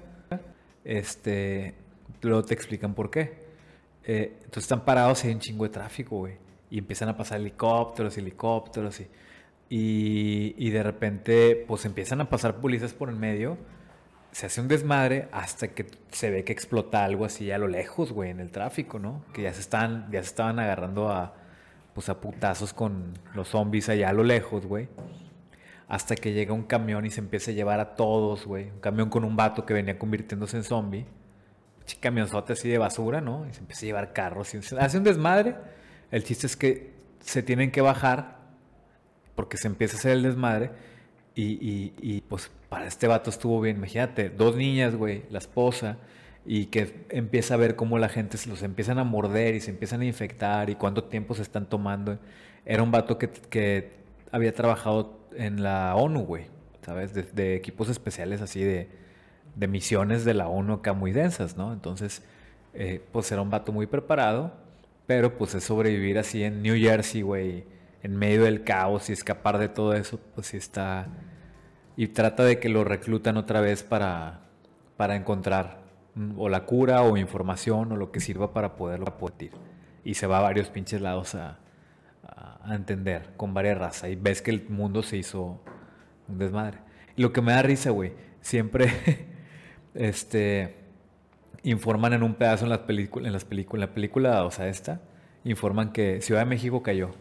Este, luego te explican por qué. Eh, entonces están parados y hay un chingo de tráfico, güey. Y empiezan a pasar helicópteros, helicópteros y... Y, y de repente, pues empiezan a pasar policías por el medio. Se hace un desmadre hasta que se ve que explota algo así a lo lejos, güey, en el tráfico, ¿no? Que ya se estaban, ya se estaban agarrando a, pues a putazos con los zombies allá a lo lejos, güey. Hasta que llega un camión y se empieza a llevar a todos, güey. Un camión con un vato que venía convirtiéndose en zombie. Pinche camionzote así de basura, ¿no? Y se empieza a llevar carros. y se- Hace un desmadre. El chiste es que se tienen que bajar porque se empieza a hacer el desmadre. Y, y- y, pues para este vato estuvo bien. Imagínate, dos niñas, güey, la esposa. Y que empieza a ver cómo la gente se los empiezan a morder y se empiezan a infectar y cuánto tiempo se están tomando. Era un vato que, que había trabajado en la ONU, güey, ¿sabes? De, de equipos especiales así de, de misiones de la ONU acá muy densas, ¿no? Entonces, eh, pues era un vato muy preparado, pero pues es sobrevivir así en New Jersey, güey, en medio del caos y escapar de todo eso, pues sí está... Y trata de que lo reclutan otra vez para, para encontrar mm, o la cura o información o lo que sirva para poderlo aportar. Y se va a varios pinches lados a, a- a entender con varias razas. Y ves que el mundo se hizo un desmadre. Y lo que me da risa, güey, siempre este, informan en un pedazo en las películas, en las películas, en la película, o sea, esta, informan que Ciudad de México cayó.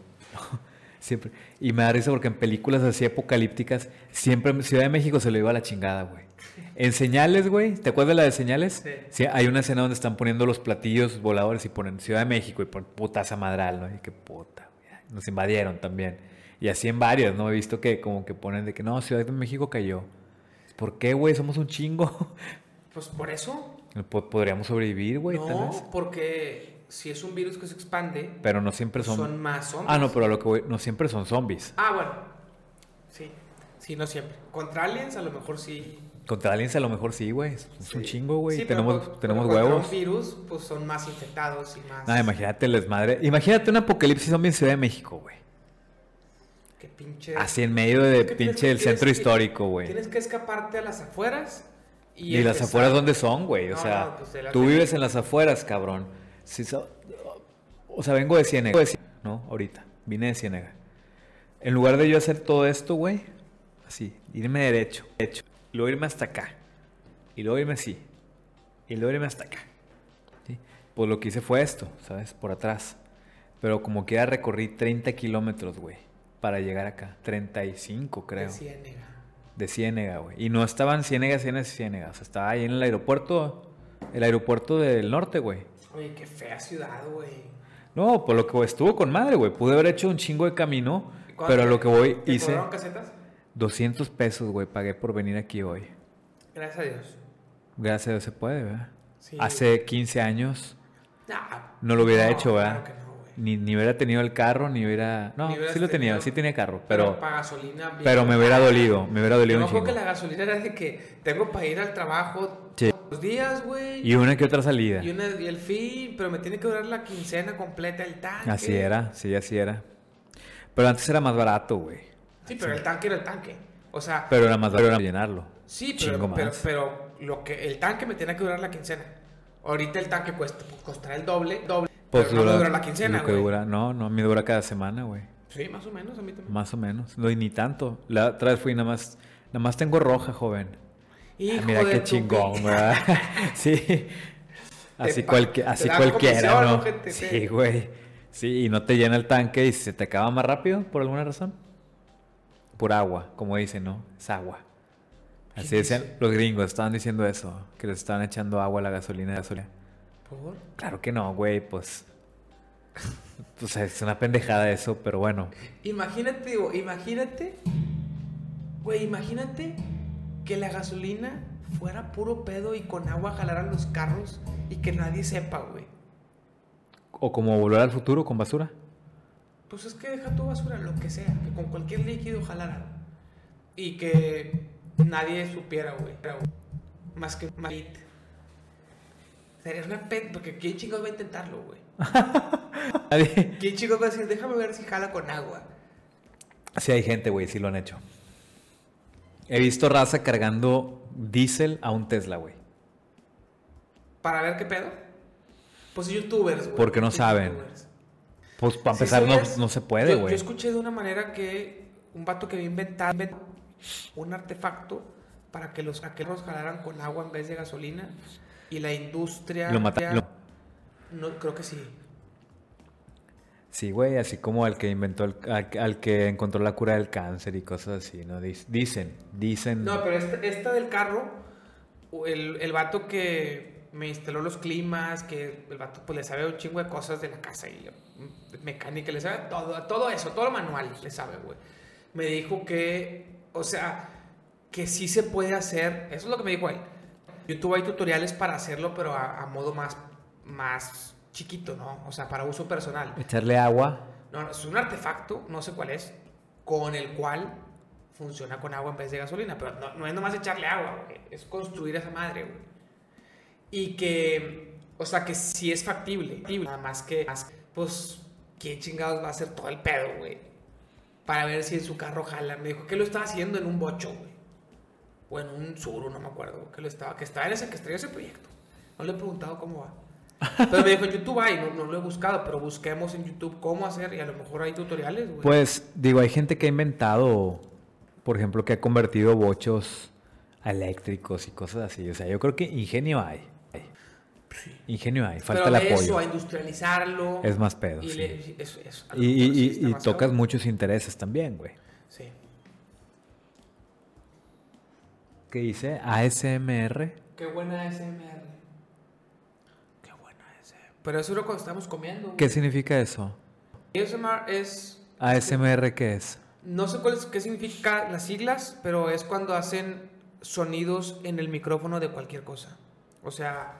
siempre. Y me da risa porque en películas así apocalípticas, siempre Ciudad de México se lo iba a la chingada, güey. En señales, güey, ¿te acuerdas de la de señales? Sí. hay una escena donde están poniendo los platillos voladores y ponen Ciudad de México y ponen putaza madral, ¿no? Y que puta, güey, ay, nos invadieron también. Y así en varias, ¿no? He visto que como que ponen de que no, Ciudad de México cayó. ¿Por qué, güey? Somos un chingo. Pues por eso. Po- Podríamos sobrevivir, güey, tal vez. No, porque si es un virus que se expande, Pero no siempre son. son más zombies. Ah, no, pero a lo que voy, no siempre son zombies. Ah, bueno. Sí. Sí, no siempre. Contra aliens a lo mejor sí. Contra aliens a lo mejor sí, güey. Es un Sí. chingo, güey. Sí, pero tenemos con- tenemos pero contra huevos. un virus, pues son más infectados y más. Nada, imagínate el desmadre. Imagínate un apocalipsis zombie en Ciudad de México, güey. Qué pinche. Así en medio de Eh, ¿Qué tienes- pinche el tienes centro que- histórico, güey. Tienes que escaparte a las afueras ¿Y, las empezar- afueras dónde son, güey? O No, sea, no, pues, de las tú de- vives en las afueras, cabrón. Sí, so- o sea, vengo de Ciénega. de Ciénega, No, ahorita. Vine de Ciénega. En lugar de yo hacer todo esto, güey, así, irme derecho, derecho, y luego irme hasta acá, y luego irme así, y luego irme hasta acá. ¿sí? Pues lo que hice fue esto, ¿sabes? Por atrás. Pero como quiera recorrí 30 kilómetros, güey, para llegar acá. 35, creo. de Ciénega. De Ciénega, güey. Y no estaban Ciénega, Ciénega, Ciénega. O sea, estaba ahí en el aeropuerto. El aeropuerto del norte, güey. Oye, qué fea ciudad, güey. No, por lo que güey, estuvo con madre, güey. Pude haber hecho un chingo de camino. ¿Cuánto Pero a lo te- que voy, ¿Te hice cobraron casetas? 200 pesos, güey. Pagué por venir aquí hoy. Gracias a Dios. Gracias a Dios se puede, ¿verdad? Sí. Hace 15 años Nah, no lo hubiera no, hecho, ¿verdad? claro que no, güey. ni, ni hubiera tenido el carro, ni hubiera... No, Ni hubieras sí lo tenía, tenido- sí tenía carro. Pero Pero, para gasolina. bien. pero me hubiera dolido, me hubiera Yo dolido me un acuerdo chingo. que la gasolina era de que tengo para ir al trabajo Sí. todos los días, güey. Y una que otra salida. Y, una- y el fin, pero me tiene que durar la quincena completa el tanque. Así era, sí, así era. Pero antes era más barato, güey. Sí, pero el tanque era el tanque. O sea, Pero era más barato llenarlo. sí, Chingo pero, pero, más. pero lo que, el tanque me tenía que durar la quincena. Ahorita el tanque cuesta, pues, costará el doble, doble. Pues pero no me dura- dura la quincena, lo que güey. dura- no, no, me dura cada semana, güey. Sí, más o menos, a mí también. Más o menos. No, y ni tanto. La otra vez fui nada más, nada más tengo roja, joven. Ah, Hijo Mira de qué tu chingón, pin- ¿verdad? sí. Así, pa- cualque- te así da cualquiera, comisión, ¿no? ¿no, gente? Sí, Sí. güey. Sí, y no te llena el tanque y se te acaba más rápido por alguna razón. Por agua, como dicen, ¿no? Es agua. Así ¿Qué decían dice? los gringos, estaban diciendo eso, que les estaban echando agua a la gasolina. a la gasolina. ¿Por? Claro que no, güey, pues. O sea, es una pendejada eso, pero bueno. Imagínate, digo, imagínate, güey, imagínate que la gasolina fuera puro pedo y con agua jalaran los carros y que nadie sepa, güey. O como volver al futuro con basura. Pues es que deja tu basura, lo que sea, que con cualquier líquido jalara. Y que nadie supiera, güey. Pero, Más que Marit. Sería una pet, porque ¿quién chingados va a intentarlo, güey? Nadie- ¿Quién chingados va a decir, déjame ver si jala con agua? Sí hay gente, güey, sí lo han hecho. He visto raza cargando diésel a un Tesla, güey. ¿Para ver qué pedo? Pues youtubers, güey. Porque no muchos saben. youtubers. Pues para Sí, empezar no, ¿sabías? no se Yo- puede, Yo, güey. escuché de una manera que un vato que había inventado inventó un artefacto para que los aqueros jalaran con agua en vez de gasolina y la industria. Lo mata- lo- No, creo que sí. Sí, güey, así como al que inventó, el- al, al que encontró la cura del cáncer y cosas así, ¿no? Dic- Dicen, dicen. No, pero esta, esta del carro, o el, el vato que me instaló los climas, que el vato pues le sabe un chingo de cosas de la casa y mm, mecánica, le sabe todo, todo eso, todo lo manual le sabe, güey. Me dijo que, o sea, que sí se puede hacer, eso es lo que me dijo él. YouTube hay tutoriales para hacerlo, pero a, a modo más, más chiquito, ¿no? O sea, para uso personal. Echarle agua. No, no, es un artefacto, no sé cuál es, con el cual funciona con agua en vez de gasolina. Pero no, no es nomás echarle agua, güey, es construir esa madre, güey. Y que, o sea, que sí es factible. factible, Nada más que, más- pues, ¿quién chingados va a hacer todo el pedo, güey? Para ver si en su carro jala. Me dijo que lo estaba haciendo en un bocho, güey. O en un suru, no me acuerdo. Que lo estaba, que estaba en ese, que estrelló ese proyecto. No le he preguntado cómo va. Pero me dijo en YouTube hay, no, no lo he buscado, pero busquemos en YouTube cómo hacer y a lo mejor hay tutoriales, güey. Pues digo, hay gente que ha inventado, por ejemplo, que ha convertido bochos a eléctricos y cosas así. O sea, yo creo que ingenio hay. Ingenio hay, falta pero el de eso, apoyo. a industrializarlo. Es más pedo, Y, sí. le- y eso- eso, a lo Y, y- mejor sí y- está y más tocas cabrón. muchos intereses también, güey. Sí. ¿Qué dice? ASMR. Qué buena SMR. Qué buena SMR. Pero eso es lo que estamos comiendo. güey. ¿Qué significa eso? ASMR es. ASMR, ¿qué es? No sé cuál es, qué significa las siglas, pero es cuando hacen sonidos en el micrófono de cualquier cosa. O sea,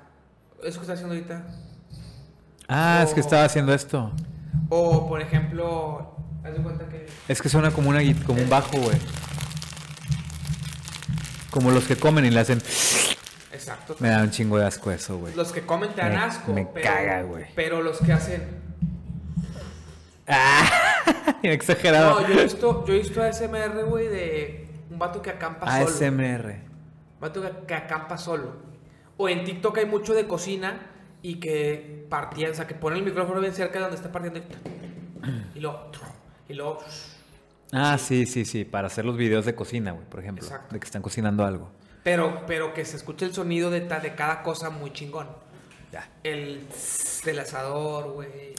eso que está haciendo ahorita. Ah, es que O- estaba haciendo esto. O, por ejemplo, haz de cuenta que. Es que suena como, una, gui- como un bajo, güey. Como los que comen y le hacen... Exacto. Me da un chingo de asco eso, güey. Los que comen te dan Me- asco. me pero, caga, güey. Pero los que hacen. Exagerado. No, yo he visto, yo he visto ASMR, güey, de un vato que acampa solo. ASMR. Vato que, que acampa solo. O en TikTok hay mucho de cocina y que partían, o sea, que ponen el micrófono bien cerca de donde está partiendo. Y luego. Y luego. Ah, sí, sí, sí. Para hacer los videos de cocina, güey, por ejemplo. Exacto. De que están cocinando algo. Pero, pero que se escuche el sonido de, ta- de cada cosa muy chingón. Ya. El tss del asador, güey.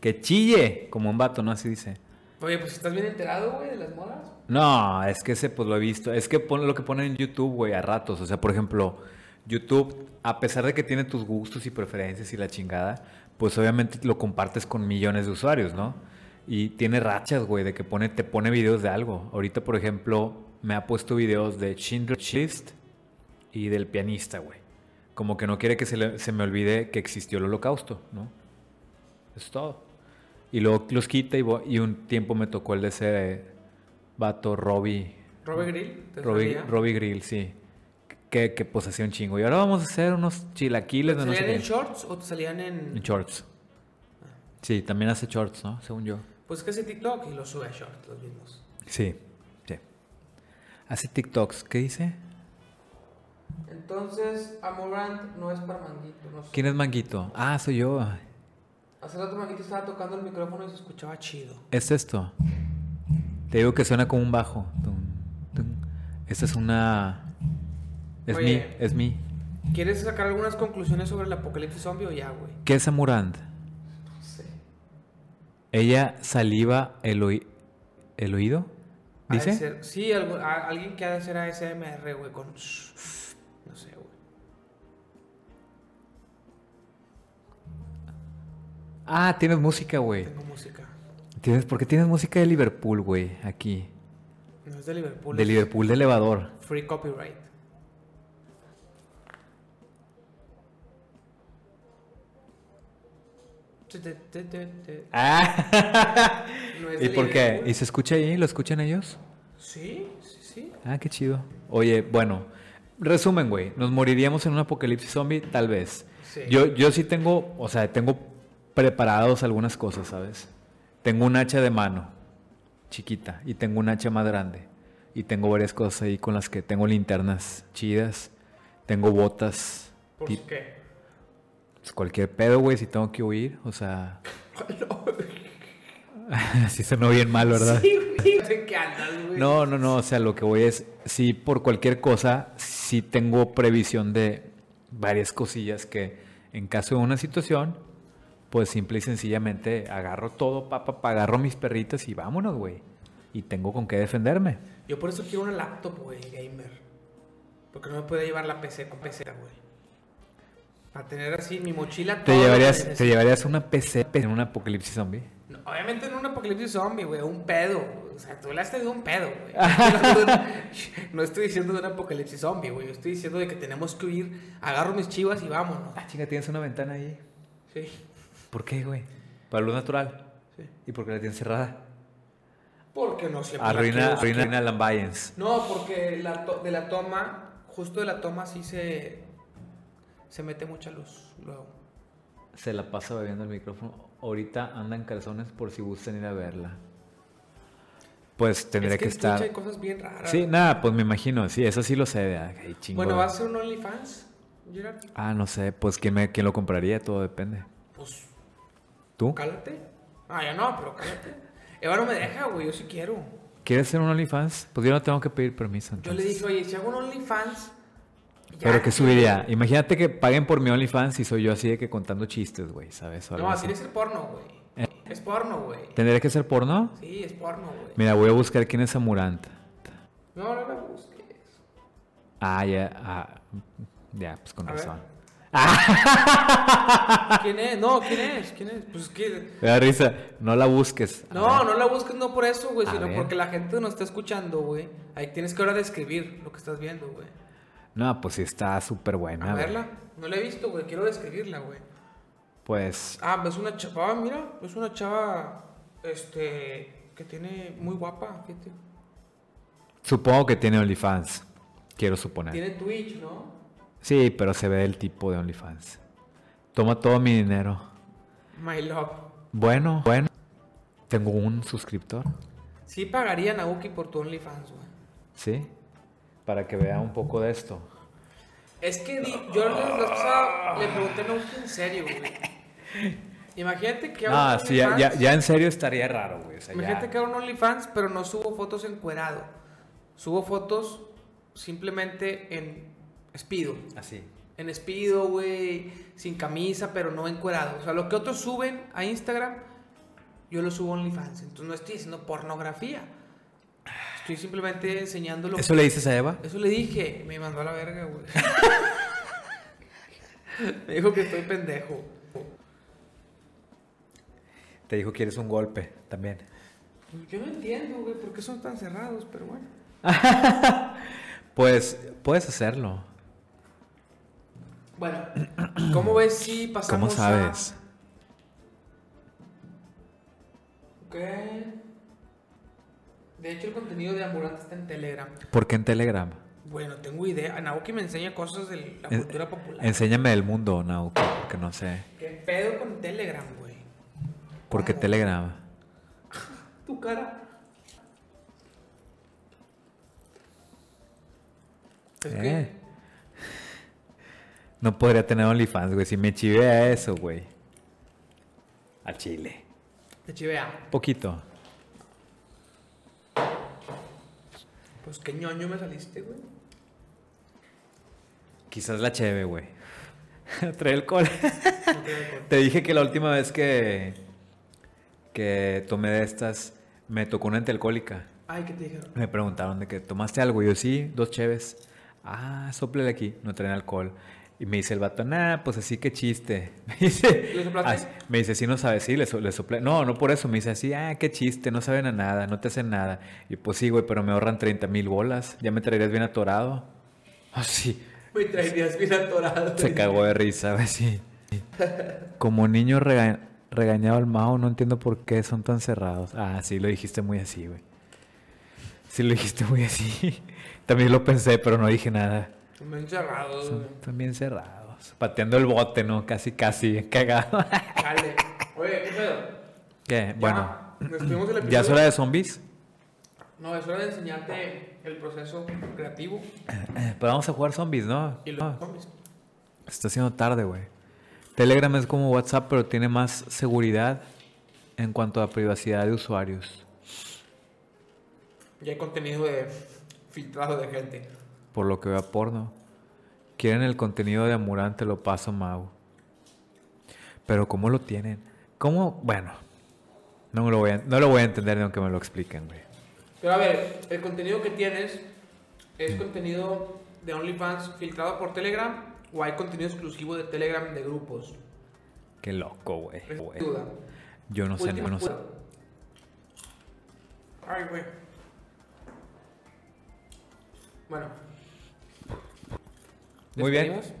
Que chille, como un vato, ¿no? Así dice. Oye, pues estás bien enterado, güey, de las modas. No, es que ese pues lo he visto. Es que pon- lo que ponen en YouTube, güey, a ratos. O sea, por ejemplo, YouTube, a pesar de que tiene tus gustos y preferencias y la chingada, pues obviamente lo compartes con millones de usuarios, ¿no? Y tiene rachas, güey, de que pone, te pone videos de algo. Ahorita, por ejemplo, me ha puesto videos de Schindler's List y del pianista, güey. Como que no quiere que se, le- se me olvide que existió el holocausto, ¿no? Es todo. Y luego los quita y, vo- y un tiempo me tocó el de ese vato Robbie. Robert Grill, ¿te Robbie, sabía? Robbie Grill, sí. Que, que pues hacía un chingo. Y ahora vamos a hacer unos chilaquiles ¿Te de no sé salían en qué. shorts o te salían en.? En shorts. Sí, también hace shorts, ¿no? Según yo. Pues que hace TikTok y lo sube a shorts, los mismos. Sí, sí. Hace TikToks. ¿Qué dice? Entonces, Amorant no es para Manguito. No sé. ¿Quién es Manguito? Ah, soy yo. Hace rato Manguito estaba tocando el micrófono y se escuchaba chido. Es esto. Te digo que suena como un bajo. Tum, tum. Esta es una. Es Oye. mi. Es mi. ¿Quieres sacar algunas conclusiones sobre el apocalipsis zombie o ya, güey? ¿Qué es Amurand? No sé. Ella saliva el, oí- el oído. Ha de ¿Dice? ser- sí, algo- a- alguien que ha de ser ASMR, güey, con. No sé, güey. Ah, tienes música, güey. Tengo música. ¿Tienes, ¿Por qué tienes música de Liverpool, güey? Aquí. No es de Liverpool. De es Liverpool de elevador. Free copyright. Tu, tu, tu, tu, tu. Ah. No es ¿Y Pues de por qué? Liverpool. ¿Y se escucha ahí? ¿Lo escuchan ellos? Sí, sí, sí. Ah, qué chido. Oye, bueno. Resumen, güey. ¿Nos moriríamos en un apocalipsis zombie? Tal vez. Sí. Yo, yo sí tengo, o sea, tengo preparados algunas cosas, ¿sabes? Tengo un hacha de mano, chiquita, y tengo un hacha más grande. Y tengo varias cosas ahí con las que tengo linternas chidas, tengo botas, ¿Por ti- qué? pues, cualquier pedo, güey, si tengo que huir, o sea... Así sonó bien mal, ¿verdad? Sí, güey. No sé qué andas, güey. No, no, no, o sea, lo que voy es, sí, por cualquier cosa, sí tengo previsión de varias cosillas que en caso de una situación, pues simple y sencillamente agarro todo, papá, agarro mis perritas y vámonos, güey. Y tengo con qué defenderme. Yo por eso quiero una laptop, güey, gamer. Porque no me puedo llevar la PC con PC, güey. Para tener así mi ¿Te mochila todo lo que llevarías, necesito. ¿te llevarías una PC en un apocalipsis zombie? No, obviamente no un apocalipsis zombie, güey, un pedo. O sea, tú hablaste de un pedo, güey. No, no, no estoy diciendo de un apocalipsis zombie, güey. Yo estoy diciendo de que tenemos que huir, agarro mis chivas y vámonos. Ah, chinga, tienes una ventana ahí. Sí. ¿Por qué, güey? Para luz natural. Sí. ¿Y por qué la tienes cerrada? Porque no siempre. la Arruina, quiero- arruina, arruina el ambience. No, porque la to- de la toma, justo de la toma sí se. Se mete mucha luz luego. Se la pasa bebiendo el micrófono. Ahorita andan calzones por si gustan ir a verla. Pues tendría es que, que, en Twitch estar. Hay cosas bien raras. Sí, nada, pues me imagino. Sí, eso sí lo sé. de- ay, chingo bueno, de- ¿vas a hacer un OnlyFans, Gerard? Ah, no sé. Pues ¿quién, me, quién lo compraría, todo depende. Pues ¿Tú? cálate. Ah, ya no, pero cálate. Eva no me deja, güey, yo sí quiero. ¿Quieres hacer un OnlyFans? Pues yo no tengo que pedir permiso. Yo le entonces. dije, oye, si hago un OnlyFans. ya". Pero que subiría. Imagínate que paguen por mi OnlyFans y soy yo así de que contando chistes, güey, ¿sabes? O algo No, así. Eh. así es el porno, güey. Es porno, güey. ¿Tendría que ser porno? Sí, es porno, güey. Mira, voy a buscar quién es Amurant. No, no la busques. Ah, ya, ah, ya, pues con A ver. razón. ¿Quién es? No, ¿quién es? ¿Quién es? Pues que. Me da risa. No la busques. Ah, A No, ver. no la busques no por eso, güey, A sino ver. porque la gente nos está escuchando, güey. Ahí tienes que ahora describir lo que estás viendo, güey. No, pues sí está súper A buena. güey. verla. No la he visto, güey. Quiero describirla, güey. Pues Ah, es una chava, mira. Es una chava, este, que tiene muy guapa. Fíjate. supongo que tiene OnlyFans. Quiero suponer. Tiene Twitch, ¿no? Sí, pero se ve el tipo de OnlyFans. Toma todo mi dinero. My love. Bueno, bueno. Tengo un suscriptor, Sí pagarían a Uki por tu OnlyFans, güey. ¿sí? Para que vea un poco de esto. Es que di- yo la Ah. vez pasada le pregunté a Uki en serio, güey. Imagínate que haga Ah, un sí, ya, ya, OnlyFans. ya en serio estaría raro, güey. o sea, ya. Imagínate que hago un OnlyFans, pero no subo fotos encuerado. Subo fotos simplemente en espido. Así. En espido, güey, sin camisa, pero no encuerado. O sea, lo que otros suben a Instagram, yo lo subo a OnlyFans. Entonces no estoy diciendo pornografía. Estoy simplemente enseñando lo ¿Eso le dices a Eva? Eso le dije, me mandó a la verga, güey. me dijo que estoy pendejo. Te dijo que eres un golpe también. Yo no entiendo, güey, por qué son tan cerrados, pero bueno. Pues puedes hacerlo. Bueno, ¿cómo ves si ¿Cómo pasamos sabes? a... ¿Qué? De hecho, el contenido de Ambulante está en Telegram. ¿Por qué en Telegram? Bueno, tengo idea. Naoki me enseña cosas de la En- cultura popular. Enséñame el mundo, Nauki, porque no sé. ¿Qué pedo con Telegram, güey? ¿Por qué ¿Cómo? Telegram? Tu cara. Es que- Eh. No podría tener OnlyFans, güey. Si me chive a eso, güey. A Chile. Te chivea. Poquito. Pues qué ñoño me saliste, güey. Quizás la cheve, güey. Trae el col. No te doy cuenta. Te dije que la última vez que, que tomé de estas, me tocó una antialcohólica. Ay, ¿qué te dijeron? Me preguntaron de que tomaste algo. Yo sí, dos cheves. Ah, soplele aquí. No traen alcohol. Y me dice el vato, nah, pues así que chiste. Me dice, ¿Le soplaste? "As- me dice, sí, no sabes, sí, le, so- le soplé. No, no por eso. Me dice así, ah, qué chiste, no saben a nada, no te hacen nada. Y pues sí, güey, pero me ahorran 30 mil bolas. Ya me traerías bien atorado. Oh, Así. Me traerías bien atorado. Se cagó de risa, güey, sí. Como niño rega- regañado al Mao, no entiendo por qué son tan cerrados. Ah, sí, lo dijiste muy así, güey. Sí, lo dijiste muy así. También lo pensé, pero no dije nada. Me he encerrado, Son güey. también cerrados. Pateando el bote, ¿no? Casi, casi, cagado. Chale. Oye, ¿qué pedo? ¿Qué? Ya, Bueno, nos tuvimos el episodio. ¿ya es hora de zombies? No, es hora de enseñarte el proceso creativo Pero Pues vamos a jugar zombies, ¿no? y Ah, los zombies. se está haciendo tarde, güey. Telegram es como WhatsApp, pero tiene más seguridad en cuanto a privacidad de usuarios. Y hay contenido de filtrado de gente. por lo que vea porno. Quieren el contenido de Amurán, te lo paso, Mau. Pero ¿cómo lo tienen? ¿Cómo? Bueno, no, me lo, voy a, no lo voy a entender ni aunque me lo expliquen, güey. Pero a ver, el contenido que tienes es contenido de OnlyFans filtrado por Telegram o hay contenido exclusivo de Telegram de grupos. Qué loco, güey. Es Güey. duda. Yo no sé, Última no sé. duda. Ay, güey. Bueno. Muy bien. ¿despedimos?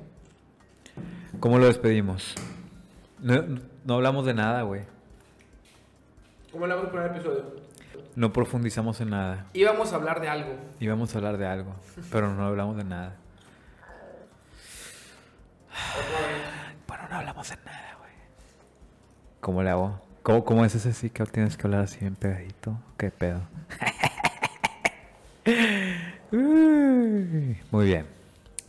¿Cómo lo despedimos? No, no hablamos de nada, güey. ¿Cómo hablamos el primer episodio? No profundizamos en nada. Íbamos a hablar de algo. Íbamos a hablar de algo, pero no hablamos de nada. Bueno, no hablamos de nada, güey. ¿Cómo le hago? ¿Cómo, cómo es ese sí que tienes que hablar así bien pegadito? ¿Qué pedo? Uy, Muy bien.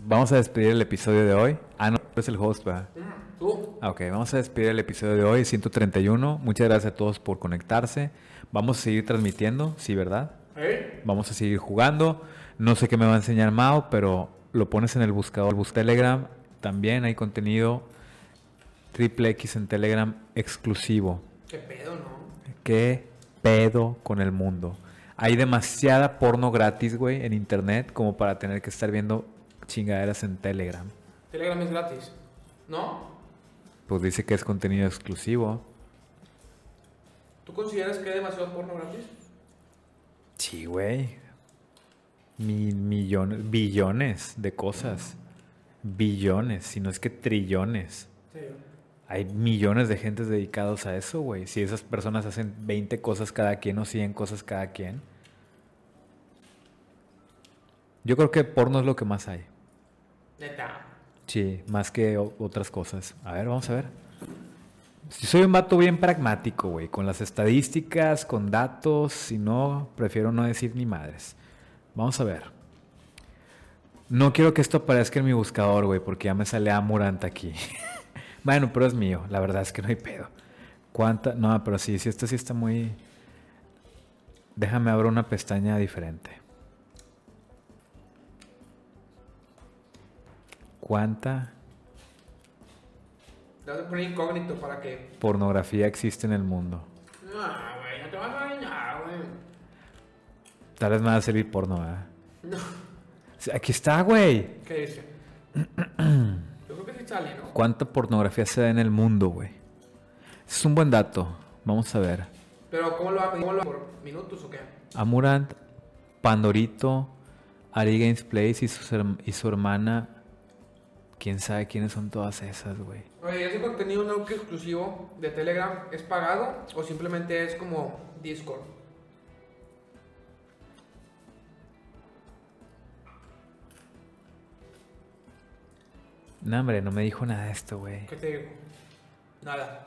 Vamos a despedir el episodio de hoy. Ah, no, tú eres el host, ¿verdad? ¿Tú? Ah, Ok, vamos a despedir el episodio de hoy, 131. Muchas gracias a todos por conectarse. Vamos a seguir transmitiendo, sí, ¿verdad? ¿Eh? Vamos a seguir jugando. No sé qué me va a enseñar Mao, pero lo pones en el buscador bus Telegram. También hay contenido triple X en Telegram exclusivo. ¿Qué pedo, no? ¿Qué pedo con el mundo? Hay demasiada porno gratis, güey, en internet como para tener que estar viendo chingaderas en Telegram. Telegram es gratis. ¿No? Pues dice que es contenido exclusivo. ¿Tú consideras que hay demasiado porno gratis? Sí, güey. Mil millones, billones de cosas. Billones, si no es que trillones. Sí. Hay millones de gentes dedicados a eso, güey. Si esas personas hacen 20 cosas cada quien o 100 cosas cada quien. Yo creo que porno es lo que más hay. Neta. Sí, más que o- otras cosas. A ver, vamos a ver. Si soy un vato bien pragmático, güey, con las estadísticas, con datos, si no, prefiero no decir ni madres. Vamos a ver. No quiero que esto aparezca en mi buscador, güey, porque ya me sale Amurant aquí. bueno, pero es mío, la verdad es que no hay pedo. ¿Cuánta? No, pero sí, sí, esto sí está muy... Déjame abrir una pestaña diferente. ¿Cuánta Le vas a poner incógnito para que. pornografía existe en el mundo? No, güey, no te vas a bañar, güey. Tal vez me va a salir porno, ¿verdad? No. Sí, Aquí está, güey. ¿Qué dice? Yo creo que sí sale, ¿no? ¿Cuánta pornografía se da en el mundo, güey? Es un buen dato. Vamos a ver. Pero ¿cómo lo va a medir? ¿Cómo lo va ¿Por minutos o qué? Amurant, Pandorito, Ari Games Place y su, herm- y su hermana. ¿Quién sabe quiénes son todas esas, güey? Oye, ¿ese contenido no que exclusivo de Telegram es pagado o simplemente es como Discord? No, hombre, no me dijo nada de esto, güey. ¿Qué te digo? Nada.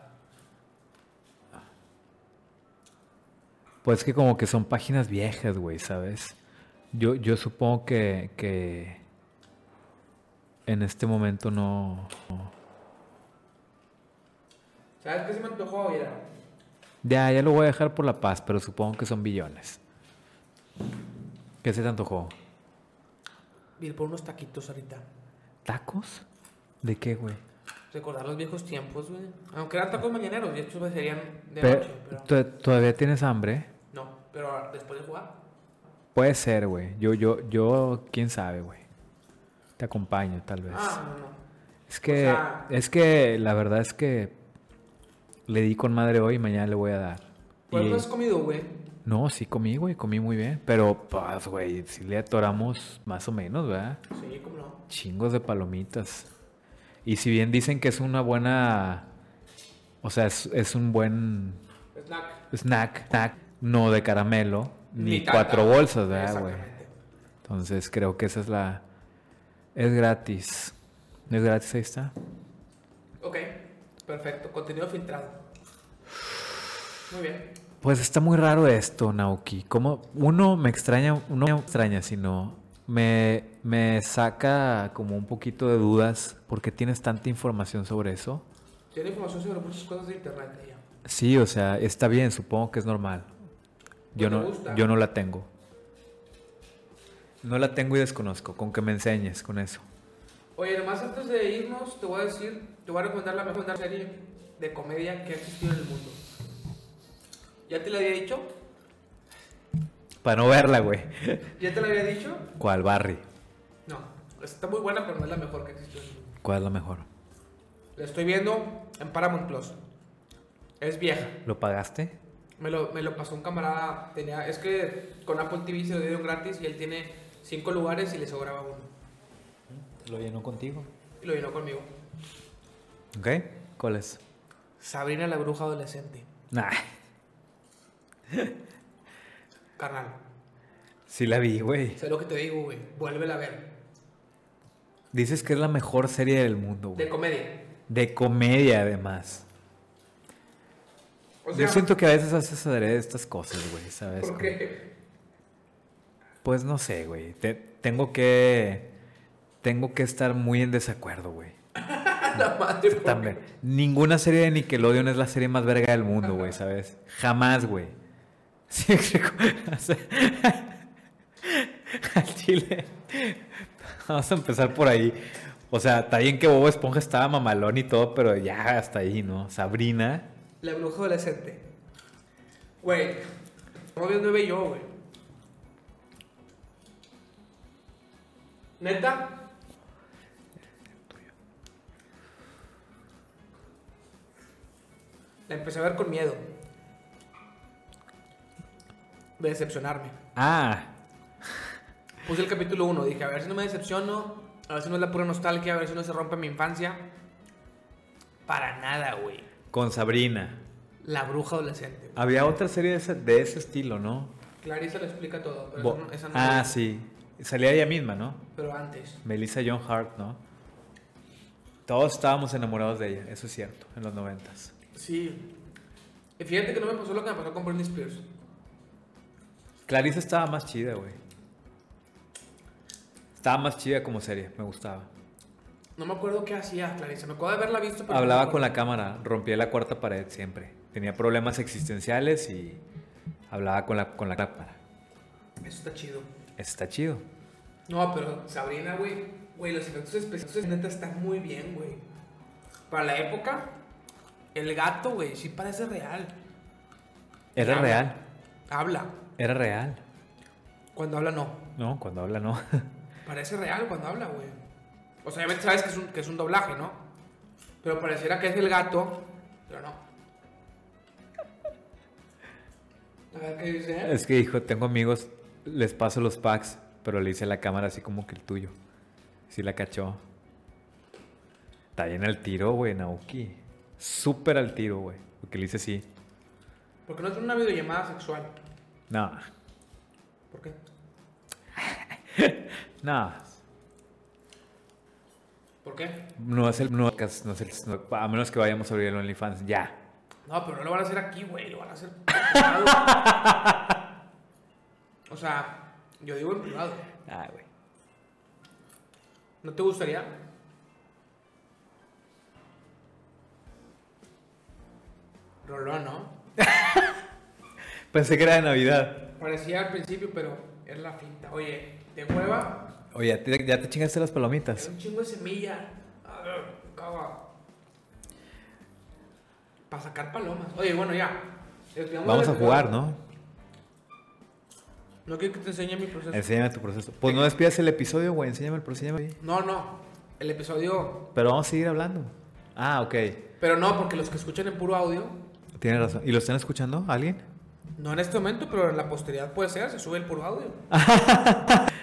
Pues que como que son páginas viejas, güey, ¿sabes? Yo, yo supongo que, que en este momento no... no- ¿Sabes qué se me antojó? Mira. Ya, ya lo voy a dejar por la paz, pero supongo que son billones. ¿Qué se te antojó? Ir por unos taquitos ahorita. ¿Tacos? ¿De qué, güey? Recordar los viejos tiempos, güey. Aunque eran tacos mañaneros y estos serían de Pe- noche, pero... ¿to- ¿Todavía tienes hambre? No, pero después de jugar. Puede ser, güey. Yo, yo, yo, quién sabe, güey. Te acompaño, tal vez. Ah, no, no. Es que, sea- es que la verdad es que le di con madre hoy y mañana le voy a dar. ¿Cuál Y- no has comido, güey? no, sí comí, güey, comí muy bien. Pero, pues, güey, sí le atoramos más o menos, ¿verdad? Sí, cómo no. Chingos de palomitas. Y si bien dicen que es una buena. O sea, es, es un buen Snack. snack, snack, no de caramelo, ni, Ni tanta. cuatro bolsas, ¿verdad, güey? Exactamente. Entonces creo que esa es la. Es gratis. Es gratis, ahí está. Ok, perfecto. Contenido filtrado. Muy bien. Pues está muy raro esto, Naoki. Como uno me extraña, uno no me extraña, sino me, me saca como un poquito de dudas porque tienes tanta información sobre eso. Tiene información sobre muchas cosas de internet ella. Sí, o sea, está bien, supongo que es normal. Yo ¿No te no, Pues gusta? yo no la tengo. No la tengo y desconozco, con que me enseñes con eso. Oye, nomás antes de irnos, te voy a decir, te voy a recomendar la mejor serie de comedia que ha existido en el mundo. ¿Ya te la había dicho? Para no verla, güey. ¿Ya te la había dicho? ¿Cuál, Barry? No, está muy buena, pero no es la mejor que ha existido en el mundo. ¿Cuál es la mejor? La estoy viendo en Paramount Plus. Es vieja. ¿Lo pagaste? Me lo, me lo pasó un camarada. Tenía, es que con Apple TV se lo dieron gratis y él tiene cinco lugares y le sobraba uno. Lo llenó contigo. Y lo llenó conmigo. ¿Ok? ¿Cuál es? Sabrina la bruja adolescente. Nah, Carnal. sí la vi, güey. Sé lo que te digo, güey. Vuélvela a ver. Dices que es la mejor serie del mundo, De güey. comedia. De comedia, además. O sea, Yo siento que a veces haces adrede estas cosas, güey, ¿sabes? ¿por Como- qué? Pues no sé, güey. Te- tengo que. Tengo que estar muy en desacuerdo, güey. La madre. ¿por qué? También. Ninguna serie de Nickelodeon es la serie más verga del mundo, güey, ¿sabes? Jamás, güey. Sí, o sea, al chile. Vamos a empezar por ahí. O sea, está bien que Bobo Esponja estaba mamalón y todo, pero ya hasta ahí, ¿no? Sabrina. La bruja adolescente. Güey. Estamos viendo nueve yo, güey. ¿Neta? La empecé a ver con miedo. De decepcionarme. Ah, Puse el capítulo 1, dije, a ver si no me decepciono, a ver si no es la pura nostalgia, a ver si no se rompe mi infancia. Para nada, güey. con Sabrina. La bruja adolescente. güey. Había otra serie de ese, de ese estilo, ¿no? Clarisa lo explica todo, pero Bo- esa no- esa no ah, es, sí. Salía ella misma, ¿no? Pero antes. Melissa John Hart, ¿no? Todos estábamos enamorados de ella, eso es cierto, en los noventas. Sí. Y fíjate que no me pasó lo que me pasó con Britney Spears. Clarice estaba más chida, güey. Estaba más chida como serie, me gustaba. No me acuerdo qué hacía Clarisa. Me acuerdo de haberla visto. pero no me Hablaba acuerdo. con la cámara, rompía la cuarta pared siempre. Tenía problemas existenciales y hablaba con la, con la cámara. Eso está chido. Eso está chido. No, pero Sabrina, güey. Güey, los efectos especiales neta están muy bien, güey. Para la época, el gato, güey, sí parece real. Era Habla. real, Habla. era real. Cuando habla, no. No, cuando habla no. Parece real cuando habla, güey. O sea, obviamente sabes que es, un, que es un doblaje, ¿no? Pero pareciera que es el gato, pero no. A ver qué dice. es que dijo, tengo amigos, les paso los packs, pero le hice la cámara así como que el tuyo. Sí la cachó. Está bien al tiro, güey, Naoki. Súper al tiro, güey. Porque le hice sí. Porque no es una videollamada sexual. No, ¿Por qué? no. ¿Por qué? No es el no, es el- no- a menos que vayamos a abrir el OnlyFans. Ya. No, pero no lo van a hacer aquí, güey. Lo van a hacer en privado. O sea, yo digo en privado. Ah, güey. ¿No te gustaría? Rolón, ¿no? Pensé que era de Navidad. Parecía al principio, pero es la finta. Oye, de hueva, Oye, ¿ya te- ya te chingaste las es palomitas. un chingo de semilla. A ver, cava. Para sacar palomas. Oye, bueno, ya. Desviamos Vamos a del- jugar, ¿no? No quiero que te enseñe mi proceso. Enséñame tu proceso. Pues no despidas el episodio, güey. Enséñame el proceso. enséñame. No, no. El episodio. Pero vamos a seguir hablando. Ah, ok. Pero no, porque los que escuchan en puro audio, Tienes razón. ¿Y lo están escuchando alguien? no en este momento, pero en la posteridad puede ser, se sube el puro audio.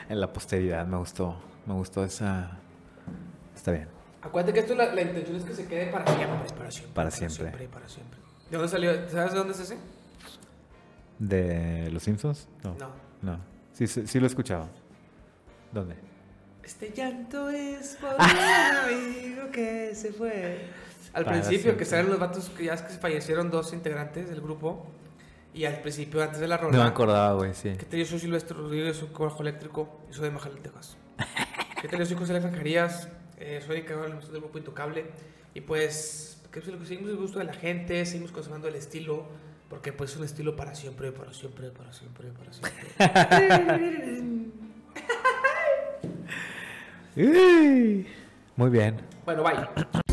En la posteridad, me gustó. Me gustó esa. Está bien. Acuérdate que esto la, la intención es que se quede para siempre. Para siempre. Para siempre. y para siempre. ¿De dónde salió? ¿Sabes de dónde es ese? ¿De los Simpsons? No. No. No. Sí, sí, sí lo escuchaba. ¿Dónde? Este llanto es por un amigo que se fue. Al Ah. Para principio, siempre. que salen los vatos que ya es que fallecieron dos integrantes del grupo. Y al principio, antes de la rola, No me acordaba, güey, sí. ¿qué te hizo Silvestre Rodríguez, su cojo eléctrico? Y soy de Majal, Texas. ¿Qué te hizo José Alfancarías? Eh, soy el creador del del grupo Intocable. Y pues, que es lo que seguimos el gusto de la gente, seguimos conservando el estilo. Porque pues es un estilo para siempre, para siempre, para siempre, para siempre. Uy. Muy bien. bueno, bye.